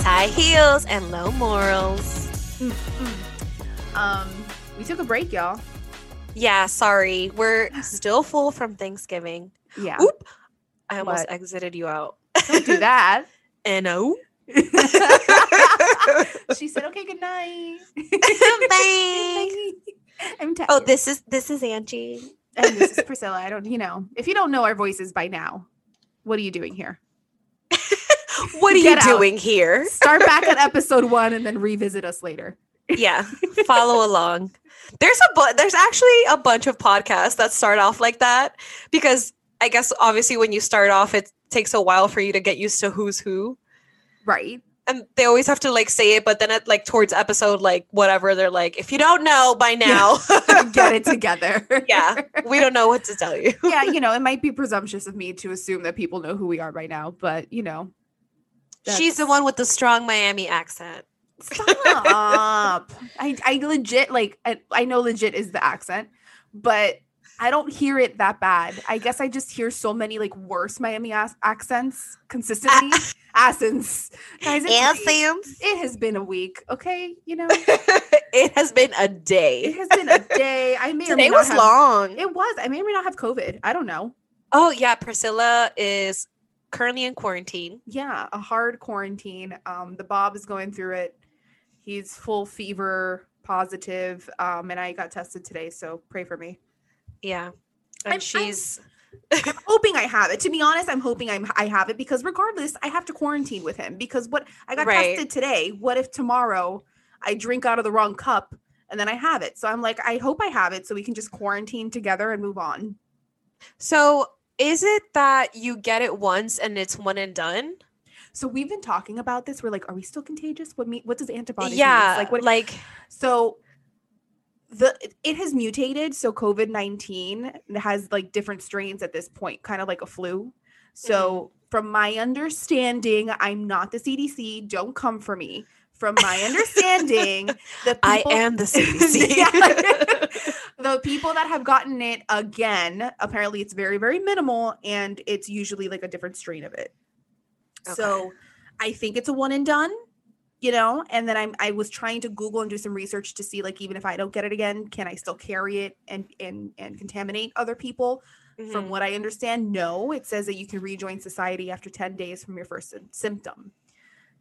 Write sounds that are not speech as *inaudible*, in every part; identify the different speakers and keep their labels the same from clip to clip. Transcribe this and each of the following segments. Speaker 1: high heels and low morals.
Speaker 2: Um, we took a break, y'all.
Speaker 1: Yeah, sorry. *sighs* We're still full from Thanksgiving.
Speaker 2: Yeah.
Speaker 1: Oop. I almost
Speaker 2: What?
Speaker 1: exited you out. *laughs*
Speaker 2: Don't do that.
Speaker 1: And *laughs* oh.
Speaker 2: *laughs* she said, "Okay, good *laughs* night."
Speaker 1: Bye.
Speaker 2: *laughs* I'm tired.
Speaker 1: Oh, this is this is Angie.
Speaker 2: *laughs* and this *laughs* is Priscilla. I don't, you know, if you don't know our voices by now, what are you doing *laughs* here?
Speaker 1: What are you
Speaker 2: Get out.
Speaker 1: doing here?
Speaker 2: Start back at episode one and then revisit us later.
Speaker 1: Yeah, follow along. There's a bu- there's actually a bunch of podcasts that start off like that because I guess obviously when you start off it takes a while for you to get used to who's who.
Speaker 2: Right.
Speaker 1: And they always have to like say it but then at like towards episode like whatever they're like if you don't know by now *laughs*
Speaker 2: Get it *laughs* together.
Speaker 1: Yeah. we don't know what to tell you.
Speaker 2: yeah, you know, it might be presumptuous of me to assume that people know who we are by now, but you know.
Speaker 1: She's the
Speaker 2: that's-
Speaker 1: one with the strong Miami accent. *laughs*
Speaker 2: Stop. I, I legit like I, I know legit is the accent, but I don't hear it that bad. I guess I just hear so many like worse Miami ass- accents
Speaker 1: *laughs*
Speaker 2: consistently. Accents. Guys, it's- it has been a week, okay? You know,
Speaker 1: it has been a
Speaker 2: it
Speaker 1: day.
Speaker 2: has been a day. I may or may
Speaker 1: Today
Speaker 2: not
Speaker 1: was
Speaker 2: have-
Speaker 1: long.
Speaker 2: It was. I may or may not have COVID. I don't know.
Speaker 1: Oh yeah, Priscilla is currently in quarantine.
Speaker 2: yeah, a hard quarantine. Um, the Bob is going through it. He's full fever, positive, Um, and I got tested today, so pray for me.
Speaker 1: Yeah. And
Speaker 2: I'm- I'm-
Speaker 1: she's
Speaker 2: Hoping I have it. To be honest, I'm hoping I'm I have it because regardless, I have to quarantine with him because what I got
Speaker 1: Right.
Speaker 2: tested today. What if tomorrow I drink out of the wrong cup and then I have it? So I'm like, I hope I have it so we can just quarantine together and move on.
Speaker 1: so is it that you get it once and it's one and done?
Speaker 2: So we've been talking about this. We're like, are we still contagious? What me? What does antibodies? mean? It's
Speaker 1: yeah.
Speaker 2: like what?
Speaker 1: like
Speaker 2: So the it has mutated. So COVID nineteen has like different strains at this point, kind of like a flu. So from my understanding, I'm not the CDC. Don't come for me. From my understanding, the people,
Speaker 1: I am
Speaker 2: *laughs*
Speaker 1: the CDC. *laughs*
Speaker 2: Yeah. the people that have gotten it again, apparently it's very, very minimal, and it's usually like a different strain of it.
Speaker 1: Okay.
Speaker 2: So I think it's a one and done, you know. And then I'm I was trying to Google and do some research to see like even if I don't get it again, can I still carry it and and and contaminate other people? From
Speaker 1: Mhm.
Speaker 2: what I understand, no. It says that you can rejoin society after 10 days from your first sym- symptom.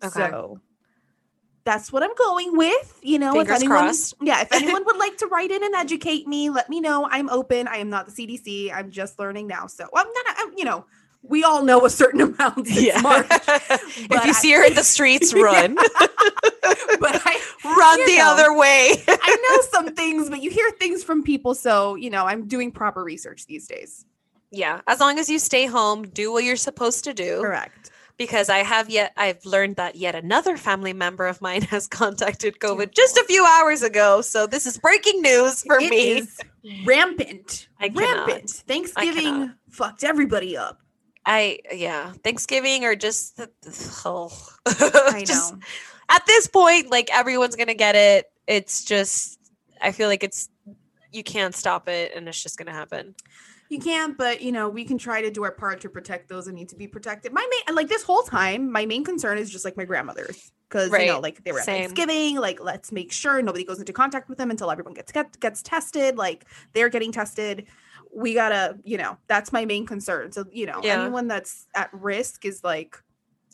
Speaker 1: Okay.
Speaker 2: So that's what I'm going with. You know,
Speaker 1: Fingers
Speaker 2: if anyone,
Speaker 1: crossed. *laughs*
Speaker 2: yeah, if anyone would like to write in and educate me, let me know. I'm open. I am not the CDC. I'm just learning now. So I'm not, I'm, you know, we all know a certain *laughs* amount.
Speaker 1: *laughs* yeah.
Speaker 2: Yeah. March,
Speaker 1: if
Speaker 2: but
Speaker 1: you
Speaker 2: I-
Speaker 1: see her in the streets, run.
Speaker 2: *laughs* but I,
Speaker 1: *laughs* Run
Speaker 2: You
Speaker 1: the
Speaker 2: know.
Speaker 1: other way. *laughs*
Speaker 2: I know some things, but you hear things from people. So, you know, I'm doing proper research these days.
Speaker 1: yeah. As long as you stay home, do what you're supposed to do.
Speaker 2: Correct.
Speaker 1: Because I have yet I've learned that yet another family member of mine *laughs* has contacted COVID just a few hours ago. So this is breaking news for
Speaker 2: oh. It
Speaker 1: me.
Speaker 2: is rampant.
Speaker 1: I cannot.
Speaker 2: rampant. Thanksgiving
Speaker 1: cannot.
Speaker 2: fucked everybody up.
Speaker 1: *laughs* I yeah, Thanksgiving or just the, oh.
Speaker 2: I
Speaker 1: *laughs* Just-
Speaker 2: know.
Speaker 1: at this point, like everyone's gonna get it. It's just I feel like it's you can't stop it, and it's just gonna happen.
Speaker 2: You can't, but you know, we can try to do our part to protect those that need to be protected. My main, like this whole time, my main concern is just like my grandmother's because you know,
Speaker 1: Right.
Speaker 2: like they were at
Speaker 1: Same.
Speaker 2: Thanksgiving. Like, let's make sure nobody goes into contact with them until everyone gets get, gets tested. Like, they're getting tested. We gotta, you know, that's my main concern. So you know,
Speaker 1: Yeah.
Speaker 2: anyone that's at risk is like,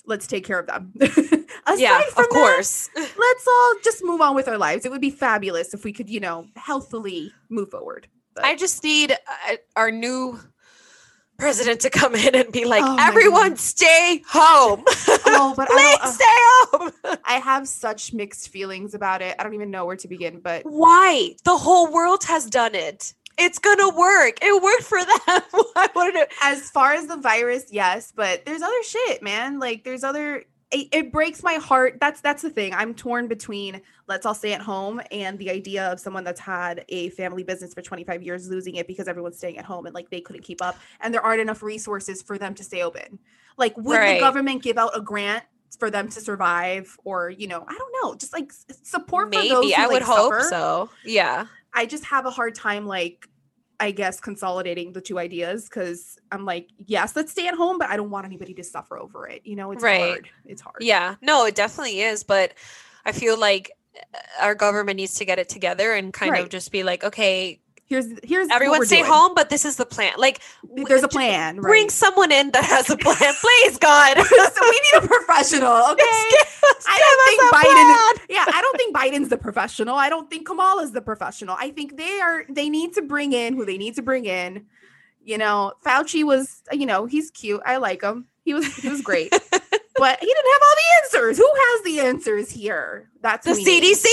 Speaker 2: let's take care of them. *laughs*
Speaker 1: yeah,
Speaker 2: Aside from
Speaker 1: of
Speaker 2: that,
Speaker 1: course. *laughs*
Speaker 2: let's all just move on with our lives. It would be fabulous if we could, you know, healthily move forward. But-
Speaker 1: I just need uh, our new president to come in and be like,
Speaker 2: Oh my
Speaker 1: everyone,
Speaker 2: God.
Speaker 1: stay *laughs* home.
Speaker 2: *laughs* oh, but I
Speaker 1: Please
Speaker 2: don't, uh,
Speaker 1: stay home. *laughs*
Speaker 2: I have such mixed feelings about it. I don't even know where to begin, but
Speaker 1: Why? The whole world has done it. It's gonna work. It worked for *laughs* them. Why wouldn't it?
Speaker 2: as far as the virus, yes, but there's other shit, man. Like there's other it, it breaks my heart. That's that's the thing. I'm torn between let's all stay at home and the idea of someone that's had a family business for 25 years losing it because everyone's staying at home and like they couldn't keep up and there aren't enough resources for them to stay open. Like would
Speaker 1: Right.
Speaker 2: the government give out a grant for them to survive or you know, I don't know, just like s- support for those
Speaker 1: Maybe
Speaker 2: who,
Speaker 1: I would
Speaker 2: like,
Speaker 1: hope
Speaker 2: suffer.
Speaker 1: so. Yeah.
Speaker 2: I just have a hard time like I guess consolidating the two ideas because I'm like, yes, let's stay at home, but I don't want anybody to suffer over it. You know, it's
Speaker 1: Right.
Speaker 2: hard. It's hard.
Speaker 1: Yeah, no, it definitely is. But I feel like uh, our government needs to get it together and kind of
Speaker 2: Right.
Speaker 1: just be like, okay,
Speaker 2: Here's here's what
Speaker 1: everyone
Speaker 2: we're
Speaker 1: stay
Speaker 2: doing.
Speaker 1: home, but this is the plan. Like, w-
Speaker 2: There's a
Speaker 1: j-
Speaker 2: plan. Right?
Speaker 1: Bring someone in that has a plan, please, God. *laughs*
Speaker 2: *laughs* So we need a professional. Okay. I don't think Biden
Speaker 1: I
Speaker 2: yeah, I don't think Biden's the professional. I don't think Kamala's the professional. I think they are they need to bring in who they need to bring in. You know, Fauci was, you know, he's cute. I like him. He was he was
Speaker 1: *laughs*
Speaker 2: great. but he didn't have all the answers. Who has the answers here? That's
Speaker 1: The
Speaker 2: who we need.
Speaker 1: CDC.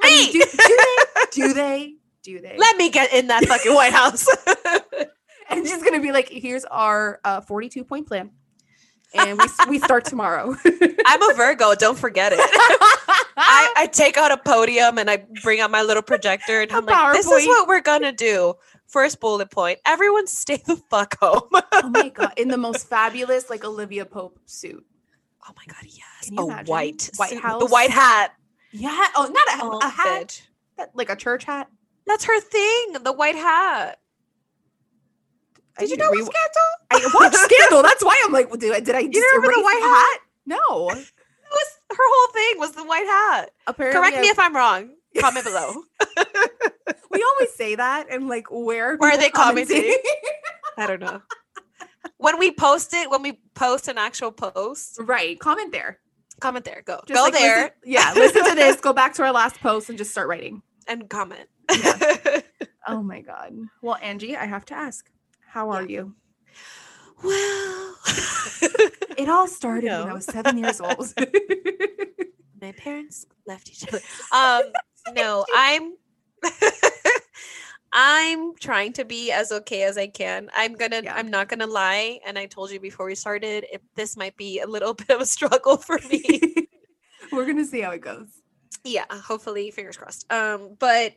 Speaker 2: I mean,
Speaker 1: Me.
Speaker 2: do, do they? Do they? Do they?
Speaker 1: Let me get in that fucking White House. *laughs*
Speaker 2: and she's gonna be like, here's our uh, 42 point plan. And we, we
Speaker 1: *laughs*
Speaker 2: start tomorrow. *laughs*
Speaker 1: I'm a Virgo. Don't forget it. I, I take out a podium and I bring out my little projector and
Speaker 2: A
Speaker 1: I'm like, this is
Speaker 2: PowerPoint.
Speaker 1: what we're gonna do. First bullet point: everyone stay the fuck home. oh
Speaker 2: oh my god! In the most fabulous, like Olivia Pope suit.
Speaker 1: Oh my god, yes,
Speaker 2: Can you
Speaker 1: a
Speaker 2: imagine?
Speaker 1: white
Speaker 2: White
Speaker 1: suit with the
Speaker 2: House?
Speaker 1: white hat,
Speaker 2: Yeah. Oh, not a,
Speaker 1: Oh,
Speaker 2: a hat,
Speaker 1: bitch.
Speaker 2: that- like a church hat.
Speaker 1: That's her thing. The white hat.
Speaker 2: I
Speaker 1: Did you
Speaker 2: need
Speaker 1: know
Speaker 2: to
Speaker 1: re-
Speaker 2: rewa-
Speaker 1: Scandal?
Speaker 2: *laughs* I watched Scandal. That's why I'm like, well, did I did I just
Speaker 1: You remember the
Speaker 2: erase
Speaker 1: white
Speaker 2: the
Speaker 1: hat? *laughs*
Speaker 2: No.
Speaker 1: That was her whole thing. Was the white hat?
Speaker 2: Apparently,
Speaker 1: Correct me
Speaker 2: I-
Speaker 1: if I'm *laughs* wrong. Comment below.
Speaker 2: *laughs* we always say that, and like,
Speaker 1: Where are
Speaker 2: where people
Speaker 1: they commenting? I don't know. When we post it, when we post an actual post,
Speaker 2: *laughs* right? Comment there.
Speaker 1: comment there. Go,
Speaker 2: Just,
Speaker 1: go
Speaker 2: like, listen-
Speaker 1: there
Speaker 2: *laughs* yeah. Listen
Speaker 1: *laughs*
Speaker 2: to this. Go back to our last post and just start writing.
Speaker 1: and comment.
Speaker 2: Oh my god. Well, Angie, I have to ask, how are you?
Speaker 1: *laughs* Well, *laughs*
Speaker 2: It all started when
Speaker 1: No.
Speaker 2: I was seven
Speaker 1: *laughs*
Speaker 2: years old. *laughs*
Speaker 1: my parents left each other. Um, no, I'm. *laughs* I'm trying to be as okay as I can. I'm gonna.
Speaker 2: Yeah.
Speaker 1: I'm not gonna lie. And I told you before we started, if this might be a little *laughs* bit of a struggle for me.
Speaker 2: *laughs* We're gonna see how it goes.
Speaker 1: yeah hopefully fingers crossed um but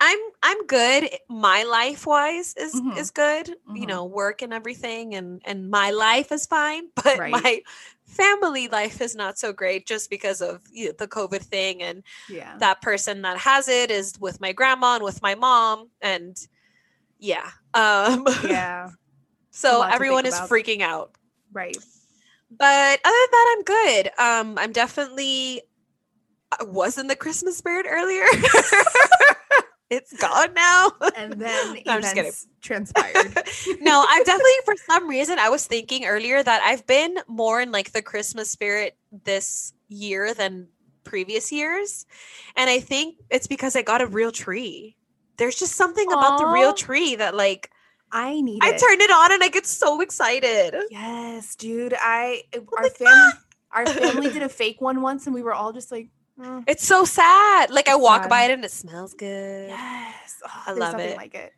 Speaker 1: i'm i'm good my life wise is
Speaker 2: Mhm.
Speaker 1: is good you
Speaker 2: Mhm.
Speaker 1: know work and everything and and my life is fine *laughs* but
Speaker 2: Right.
Speaker 1: my family life is not so great just because of you know, the covid thing and
Speaker 2: Yeah.
Speaker 1: that person that has it is with my grandma and with my mom and yeah um
Speaker 2: Yeah.
Speaker 1: *laughs* so
Speaker 2: lot to think
Speaker 1: everyone is
Speaker 2: about.
Speaker 1: freaking out
Speaker 2: Right.
Speaker 1: but other than that i'm good um i'm definitely i was in the christmas spirit earlier *laughs* it's gone now
Speaker 2: And then
Speaker 1: *laughs* I'm just kidding.
Speaker 2: events
Speaker 1: *laughs*
Speaker 2: transpired.
Speaker 1: no i'm definitely for some reason i was thinking earlier that i've been more in like the christmas spirit this year than previous years and i think it's because i got a real tree there's just something about the real
Speaker 2: Aw.
Speaker 1: tree that like
Speaker 2: I need
Speaker 1: i
Speaker 2: it.
Speaker 1: turn it on and i get so excited
Speaker 2: Yes, dude. I uh, our
Speaker 1: like,
Speaker 2: family our family *laughs* did a fake one once and we were all just like, "Mm,
Speaker 1: it's so sad like i
Speaker 2: It's
Speaker 1: walk
Speaker 2: sad.
Speaker 1: by it and it smells good
Speaker 2: yes. Oh, there's
Speaker 1: love
Speaker 2: nothing
Speaker 1: it.
Speaker 2: like it.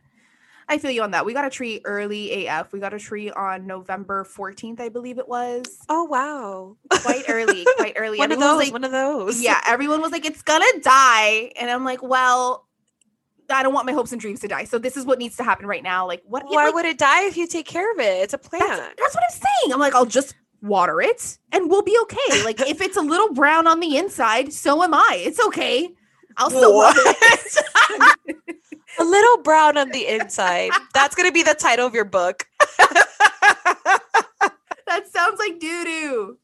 Speaker 2: I feel you on that. We got a tree early AF. We got a tree on November 14th, I believe it was.
Speaker 1: Oh wow.
Speaker 2: Quite *laughs* early, quite early.
Speaker 1: One of
Speaker 2: Everyone was
Speaker 1: those,
Speaker 2: like-
Speaker 1: one of those.
Speaker 2: yeah, everyone was like, it's gonna die. And I'm like, well, I don't want my hopes and dreams to die. So this is what needs to happen right now. Like, what
Speaker 1: *laughs* Why
Speaker 2: like,
Speaker 1: would it die if you take care of it? It's a
Speaker 2: that's,
Speaker 1: plant.
Speaker 2: that's what I'm saying. I'm like, I'll just water it and we'll be okay. Like, if it's a little brown on the inside, so am I. It's okay. I'll still water it. *laughs*
Speaker 1: A little brown on the inside. That's gonna be the title of your book.
Speaker 2: that sounds like doo doo.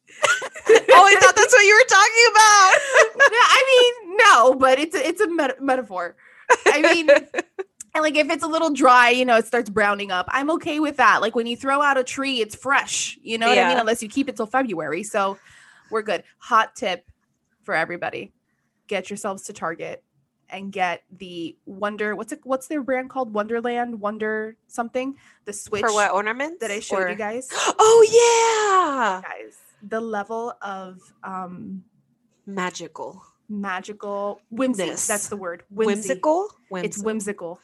Speaker 1: Oh, I thought that's what you were talking about.
Speaker 2: I mean, no, but it's a, it's a meta- metaphor. I
Speaker 1: *laughs*
Speaker 2: mean, and like if it's a little dry, you know, it starts browning up. I'm okay with that. Like when you throw out a tree, it's fresh. You know what I mean?
Speaker 1: Yeah.
Speaker 2: Unless you keep it till February, so we're good. Hot tip for everybody: get yourselves to Target and get the Wonder. What's it? What's their brand called? Wonderland, Wonder something. The switch
Speaker 1: *laughs* For what ornaments?
Speaker 2: that I showed
Speaker 1: Or-
Speaker 2: you
Speaker 1: *gasps*
Speaker 2: guys.
Speaker 1: Oh
Speaker 2: Guys, the level of um
Speaker 1: yeah. Magical.
Speaker 2: magical whimsy.
Speaker 1: Ness.
Speaker 2: That's the word. Whimsy.
Speaker 1: Whimsical?
Speaker 2: It's whimsical.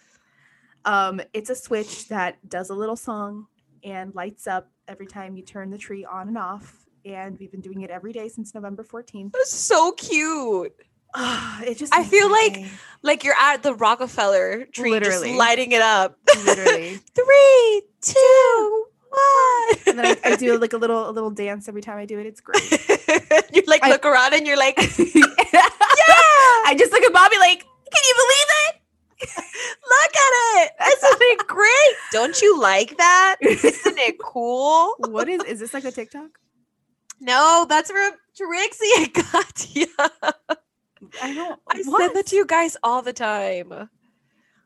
Speaker 2: Um, it's a switch that does a little song and lights up every time you turn the tree on and off. And we've been doing it every day since November
Speaker 1: *sighs*
Speaker 2: 14th.
Speaker 1: It's so cute.
Speaker 2: Ah, it just
Speaker 1: I
Speaker 2: makes
Speaker 1: feel
Speaker 2: my
Speaker 1: like-
Speaker 2: day.
Speaker 1: *laughs* Like you're at the Rockefeller tree,
Speaker 2: Literally.
Speaker 1: just lighting it up.
Speaker 2: literally.
Speaker 1: Three, two, one.
Speaker 2: And then I, I do like a little a little dance every time I do it.
Speaker 1: *laughs*
Speaker 2: It's great. *laughs*
Speaker 1: you like
Speaker 2: I-
Speaker 1: look around and you're *laughs* like, *laughs*
Speaker 2: I just look at Bobby like, can you believe it?
Speaker 1: look at it. Isn't it celebrate. Don't you like *laughs* that? Isn't it cool?
Speaker 2: what is is this like a TikTok?
Speaker 1: No, that's from Trixie and *laughs* Katya.
Speaker 2: I don't.
Speaker 1: I
Speaker 2: what?
Speaker 1: said that to you guys all the time.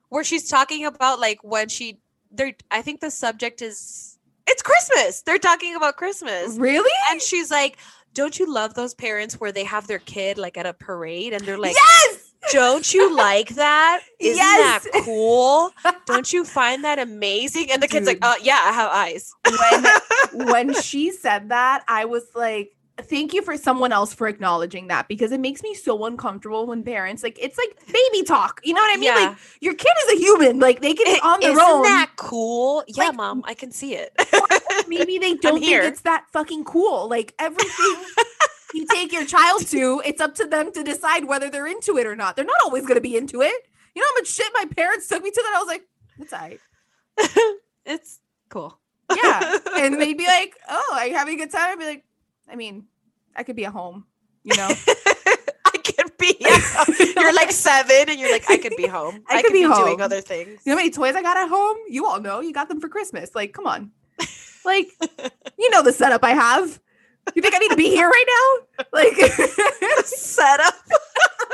Speaker 1: Where she's talking about like when she they're I think the subject is it's Christmas. They're talking about Christmas.
Speaker 2: Really?
Speaker 1: And she's like, Don't you love those parents where they have their kid like at a parade and they're like
Speaker 2: yes.
Speaker 1: Don't you like *laughs* that? Isn't
Speaker 2: Yes!
Speaker 1: that *laughs* cool? Don't you find that amazing? And the kid's like,
Speaker 2: Dude.
Speaker 1: oh yeah, I have eyes. *laughs*
Speaker 2: When, when she said that, I was like, thank you for someone else for acknowledging that because it makes me so uncomfortable when parents like it's like baby talk. You know what I mean? Like your kid is a human. Like they can be on their
Speaker 1: Isn't
Speaker 2: own.
Speaker 1: that cool? Yeah,
Speaker 2: Like-
Speaker 1: mom, I can see it.
Speaker 2: *laughs*
Speaker 1: *laughs*
Speaker 2: Maybe they don't think
Speaker 1: here.
Speaker 2: it's that fucking cool. Like
Speaker 1: *laughs*
Speaker 2: everything you take your child to, it's up to them to decide whether they're into it or not. They're not always gonna be into it. You know how much shit my parents took me to that I was like, that's all right.
Speaker 1: it's cool.
Speaker 2: Yeah. and they'd be like, "Oh, are you having a good time?" I'd be like, "I mean, I could be at home,
Speaker 1: *laughs*
Speaker 2: you
Speaker 1: *laughs*
Speaker 2: know.
Speaker 1: I can
Speaker 2: *laughs*
Speaker 1: be. you're like seven, and you're like, I could be home.
Speaker 2: I could be home.
Speaker 1: doing other things.
Speaker 2: you know how many toys I got at home? You all know you got them for Christmas. Like,
Speaker 1: *laughs*
Speaker 2: come on, like, you know the setup I have. You think I need to be here right now? Like,
Speaker 1: *laughs* Set up.
Speaker 2: *laughs*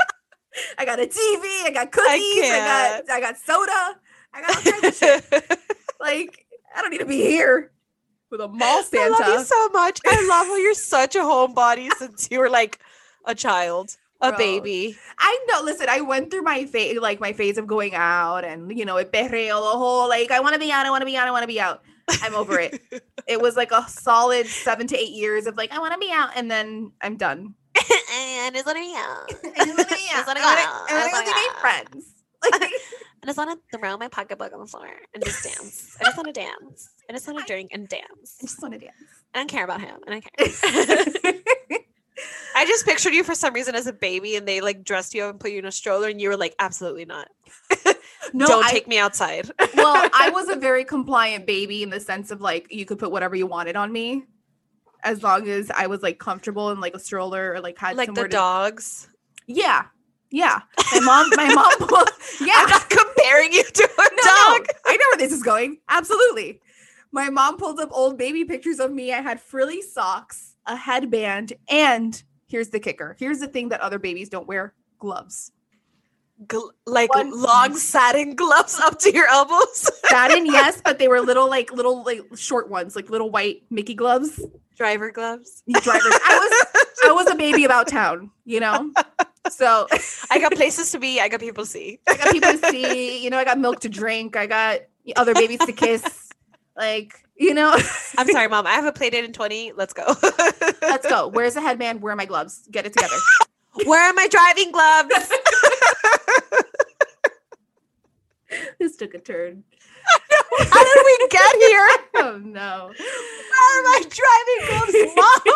Speaker 2: I got a TV, I got cookies, I,
Speaker 1: can't.
Speaker 2: got I got soda, I
Speaker 1: *laughs*
Speaker 2: got all kinds of shit. Like, I don't need to be here with a mall
Speaker 1: I
Speaker 2: Santa.
Speaker 1: love you so much. I love how you're such a homebody since you were like a child, a
Speaker 2: Bro. *laughs*
Speaker 1: baby.
Speaker 2: I know. Listen, I went through my phase, like my phase of going out, and you know, it perreo the whole like I want to be out, I want to be out, I want to be out. I'm over it.
Speaker 1: *laughs*
Speaker 2: It was like a solid seven to eight years of like I want to be out, and then I'm done.
Speaker 1: and it's gonna be out.
Speaker 2: *laughs* I just want to be
Speaker 1: I
Speaker 2: out.
Speaker 1: just wanna
Speaker 2: I
Speaker 1: go
Speaker 2: wanna-
Speaker 1: out.
Speaker 2: I
Speaker 1: I
Speaker 2: want
Speaker 1: just
Speaker 2: to go
Speaker 1: wanna
Speaker 2: see
Speaker 1: go
Speaker 2: my
Speaker 1: out.
Speaker 2: friends. Like,
Speaker 1: I just want to throw my pocketbook on the floor and *laughs* just
Speaker 2: *laughs*
Speaker 1: dance. I just want to dance. I just want to drink and
Speaker 2: I
Speaker 1: dance.
Speaker 2: *laughs* just want to dance.
Speaker 1: I don't care about him. I don't
Speaker 2: *laughs*
Speaker 1: care. *laughs* I just pictured you for some reason as a baby and they like dressed you up and put you in a stroller and you were like, absolutely not.
Speaker 2: no,
Speaker 1: Don't
Speaker 2: I,
Speaker 1: take me outside.
Speaker 2: *laughs* well, I
Speaker 1: *laughs*
Speaker 2: was a very compliant baby in the sense of like you could put whatever you wanted on me, as long as I was like comfortable in like a stroller or like
Speaker 1: *laughs*
Speaker 2: had
Speaker 1: like
Speaker 2: somewhere
Speaker 1: the
Speaker 2: to
Speaker 1: dogs.
Speaker 2: Yeah. Yeah. My mom, my mom, pulled-
Speaker 1: I'm
Speaker 2: yeah.
Speaker 1: not *laughs* comparing you to *laughs* a
Speaker 2: No, no,
Speaker 1: dog.
Speaker 2: I know where this is going. Absolutely. My mom pulled up old baby pictures of me. I had frilly socks, a headband, and here's the kicker. Here's the thing that other babies don't wear gloves.
Speaker 1: Gl- like
Speaker 2: One-
Speaker 1: long satin gloves up to your elbows. *laughs*
Speaker 2: Satin, yes, but they were little, like little, like short ones, like little white Mickey gloves.
Speaker 1: Driver gloves.
Speaker 2: Drivers. I was, I was a baby about town, you know? So
Speaker 1: I got places to be. I got people to see.
Speaker 2: I got people to see. You know, I got milk to drink. I got other babies to kiss. Like, you know,
Speaker 1: I'm sorry, mom. I haven't played it in 20. Let's *laughs* go.
Speaker 2: let's go. Where's the headband? Where are my gloves? Get it
Speaker 1: *laughs*
Speaker 2: together.
Speaker 1: Where are my driving gloves?
Speaker 2: this took a turn.
Speaker 1: How did we get here?
Speaker 2: *laughs* Oh
Speaker 1: *laughs*
Speaker 2: no.
Speaker 1: Where are my driving *laughs* gloves, mom?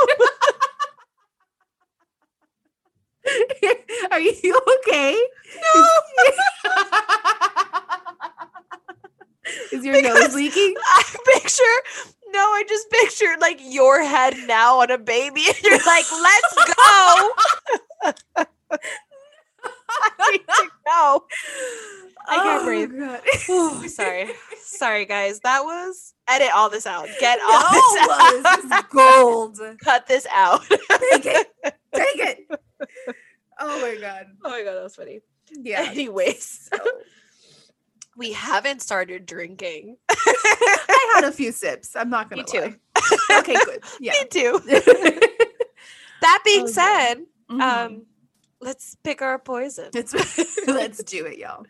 Speaker 2: are you okay?
Speaker 1: No.
Speaker 2: *laughs* Is your nose
Speaker 1: Because-
Speaker 2: leaking?
Speaker 1: *laughs* I picture no, I just pictured like your head now on a baby, and you're like, let's go. *laughs* I need to go. I can't breathe.
Speaker 2: *laughs* God.
Speaker 1: Whew, Oh, *sighs* sorry. Sorry guys. That was edit all this out. Get all *laughs* this out.
Speaker 2: No, *laughs* this is gold. Take
Speaker 1: Cut this out.
Speaker 2: it. Take it. Oh my god.
Speaker 1: *laughs* Oh my god, that was funny.
Speaker 2: Yeah.
Speaker 1: *laughs* Anyways. We haven't started drinking.
Speaker 2: I had a few sips. I'm not gonna
Speaker 1: Me too.
Speaker 2: lie.
Speaker 1: *laughs*
Speaker 2: Okay, good. Yeah. Mm-hmm.
Speaker 1: Me *laughs* too. That being
Speaker 2: Oh, yeah.
Speaker 1: said,
Speaker 2: Mhm.
Speaker 1: um, let's pick our poison.
Speaker 2: It's *laughs* let's do it, y'all.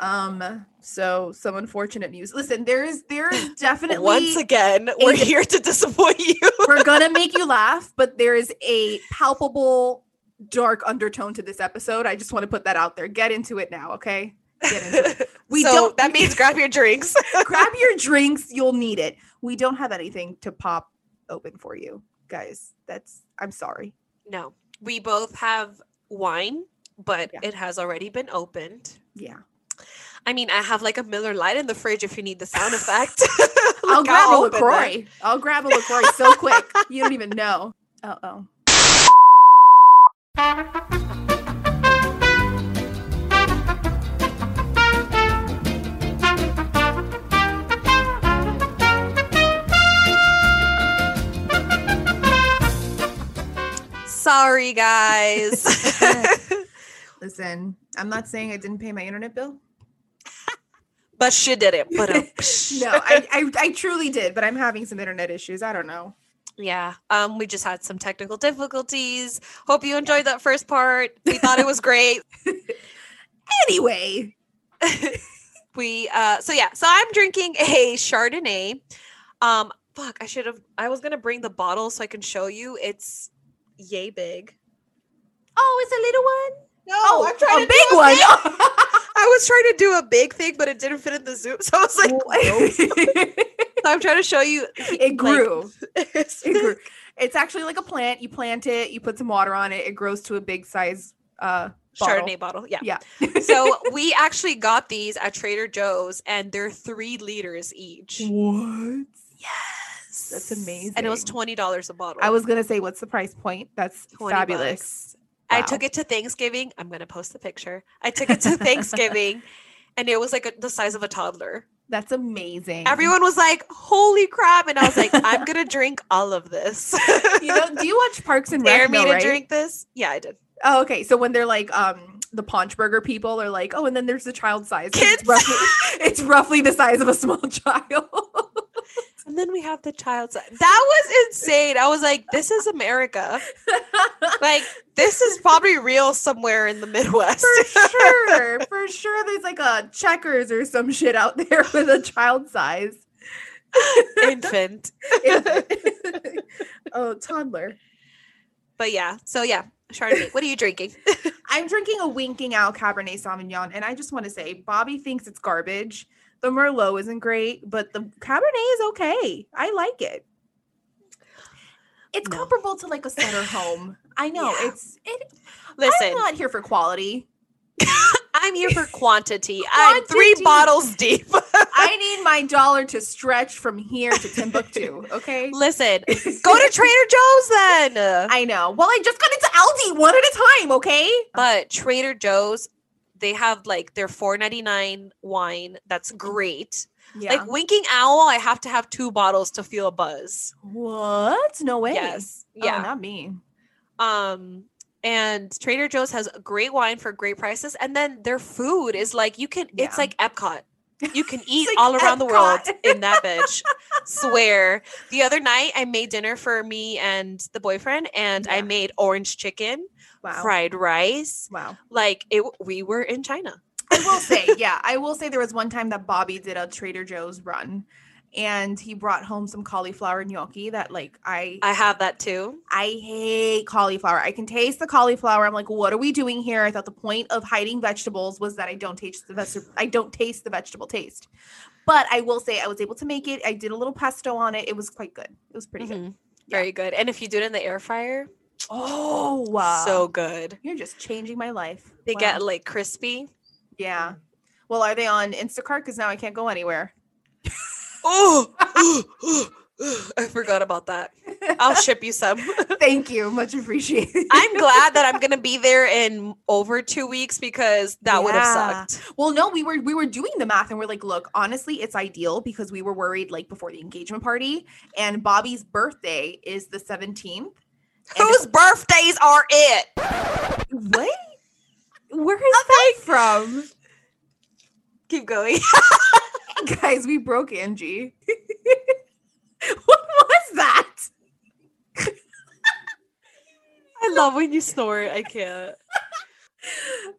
Speaker 2: Um, so some unfortunate news. Listen, there is there
Speaker 1: *laughs*
Speaker 2: is definitely
Speaker 1: Once again, we're here to disappoint you.
Speaker 2: *laughs* we're gonna make you laugh, but there is a palpable dark undertone to this episode. I just want to put that out there. Get into it now, okay? Get into it.
Speaker 1: We
Speaker 2: We
Speaker 1: so
Speaker 2: don't-
Speaker 1: don't. That means grab your
Speaker 2: *laughs*
Speaker 1: drinks.
Speaker 2: Grab your drinks, you'll need it. We don't have anything to pop open for you, guys. That's I'm sorry.
Speaker 1: no, we both have wine, but
Speaker 2: Yeah.
Speaker 1: it has already been opened.
Speaker 2: Yeah.
Speaker 1: I mean, I have like a Miller Light in the fridge if you need the sound
Speaker 2: *laughs*
Speaker 1: effect.
Speaker 2: I'll
Speaker 1: Like,
Speaker 2: grab a
Speaker 1: open that.
Speaker 2: LaCroix. I'll grab a LaCroix so quick. You don't even *laughs* know. Uh oh.
Speaker 1: Sorry,
Speaker 2: *laughs*
Speaker 1: guys. *laughs*
Speaker 2: Listen, I'm not saying I didn't pay my internet bill.
Speaker 1: but she did it. But uh,
Speaker 2: *laughs* No, I, I, I truly did, but I'm having some internet issues. I don't know.
Speaker 1: yeah, um, we just had some technical difficulties. Hope you enjoyed that first part. We thought it was great.
Speaker 2: Anyway,
Speaker 1: we uh so yeah so i'm drinking a chardonnay um fuck i should have i was gonna bring the bottle so i can show you it's yay big
Speaker 2: oh, it's a little one.
Speaker 1: no
Speaker 2: Oh,
Speaker 1: I'm trying
Speaker 2: a
Speaker 1: to
Speaker 2: big
Speaker 1: do
Speaker 2: one.
Speaker 1: thing. i was trying to do a big thing but it didn't fit in the zoom *laughs* so i was like wait. so
Speaker 2: *laughs*
Speaker 1: i'm trying to show you
Speaker 2: it grew.
Speaker 1: it's- *laughs*
Speaker 2: it grew. It's actually like a plant. You plant it, you put some water on it, it grows to a big size. Uh, Bottle.
Speaker 1: chardonnay bottle yeah
Speaker 2: Yeah.
Speaker 1: so
Speaker 2: *laughs*
Speaker 1: we actually got these at trader joe's and they're three liters each
Speaker 2: what?
Speaker 1: yes
Speaker 2: That's
Speaker 1: and it was
Speaker 2: amazing.
Speaker 1: $20 a bottle
Speaker 2: I was gonna say, what's the price point? That's
Speaker 1: 20
Speaker 2: fabulous.
Speaker 1: bucks. I took it to Thanksgiving. I'm gonna post the picture. I took it to
Speaker 2: *laughs*
Speaker 1: Thanksgiving, and it was like a, the size of a toddler.
Speaker 2: That's amazing.
Speaker 1: Everyone was like, "Holy crap!" And I was like, "I'm gonna drink all of this."
Speaker 2: *laughs* you know, do you watch Parks and
Speaker 1: *laughs* Dare
Speaker 2: Rec?
Speaker 1: me
Speaker 2: no,
Speaker 1: to
Speaker 2: right?
Speaker 1: drink this? Yeah, I did.
Speaker 2: Oh, okay. So when they're like um the paunch burger people are like, oh, and then there's the child size. and
Speaker 1: Kids.
Speaker 2: It's roughly, *laughs* it's roughly the size of a small *laughs* child.
Speaker 1: And then we have the child's. That was insane. I was like, "This is America. Like, this is probably real somewhere in the
Speaker 2: *laughs*
Speaker 1: Midwest." *laughs*
Speaker 2: for sure. For sure there's like a checkers or some shit out there *laughs* with a child size.
Speaker 1: Infant. *laughs*
Speaker 2: It- *laughs* oh, toddler.
Speaker 1: But yeah. So yeah, Chardonnay. What are you drinking?
Speaker 2: I'm drinking a winking out Cabernet Sauvignon, and I just want to say Bobby thinks it's garbage. The Merlot isn't great, but the Cabernet is okay. I like it. It's
Speaker 1: No.
Speaker 2: comparable to like a Sutter home. I know
Speaker 1: Yeah.
Speaker 2: it's. It,
Speaker 1: Listen.
Speaker 2: I'm not here for quality.
Speaker 1: I'm here for quantity. I'm three
Speaker 2: Quantity.
Speaker 1: bottles deep. *laughs*
Speaker 2: I need my dollar to stretch from here to Timbuktu.
Speaker 1: *laughs*
Speaker 2: Okay.
Speaker 1: Listen, go to Trader Joe's then.
Speaker 2: I know. Well, I just got into Aldi one at a time. Okay.
Speaker 1: But Trader Joe's, they have like their 4.99 wine. That's great.
Speaker 2: Yeah.
Speaker 1: Like Winking Owl, I have to have two bottles to feel a buzz.
Speaker 2: what? No way.
Speaker 1: Yes.
Speaker 2: Oh,
Speaker 1: Yeah.
Speaker 2: not me.
Speaker 1: Um and Trader Joe's has great wine for great prices and then their food is like you can
Speaker 2: Yeah.
Speaker 1: it's like Epcot. You
Speaker 2: *laughs*
Speaker 1: can eat
Speaker 2: like
Speaker 1: all around the world
Speaker 2: Epcot.
Speaker 1: in that
Speaker 2: *laughs*
Speaker 1: bitch. Swear. The other night I made dinner for me and the boyfriend and I
Speaker 2: Yeah.
Speaker 1: made orange chicken,
Speaker 2: Wow.
Speaker 1: fried rice.
Speaker 2: Wow.
Speaker 1: Like it we were in China.
Speaker 2: I will say, yeah, I will say there was one time that Bobby did a Trader Joe's run and he brought home some cauliflower gnocchi that like I
Speaker 1: I have that too.
Speaker 2: I hate cauliflower. I can taste the cauliflower. I'm like, what are we doing here? I thought the point of hiding vegetables was that I don't taste the vegetable I don't taste the vegetable taste. But I will say I was able to make it. I did a little pesto on it. It was quite good. It was pretty good.
Speaker 1: Mhm. Very good. And if you do it in the air fryer,
Speaker 2: Oh wow.
Speaker 1: Mm-hmm. so good.
Speaker 2: you're just changing my life.
Speaker 1: They
Speaker 2: Wow.
Speaker 1: get like crispy.
Speaker 2: yeah. Well, are they on Instacart? Because now I can't go anywhere.
Speaker 1: Oh, I forgot about that. I'll ship you some.
Speaker 2: Thank you. Much appreciated.
Speaker 1: I'm glad that I'm gonna be there in over two weeks because that would have
Speaker 2: Yeah.
Speaker 1: sucked.
Speaker 2: Well, no, we were we were doing the math and we're like, look, honestly, it's ideal because we were worried like before the engagement party and Bobby's birthday is the 17th. And
Speaker 1: Whose birthdays are it?
Speaker 2: what? Where is that from?
Speaker 1: Keep going.
Speaker 2: *laughs*
Speaker 1: *laughs*
Speaker 2: Guys, we broke Angie. *laughs* what was that?
Speaker 1: I love when you snore. I can't.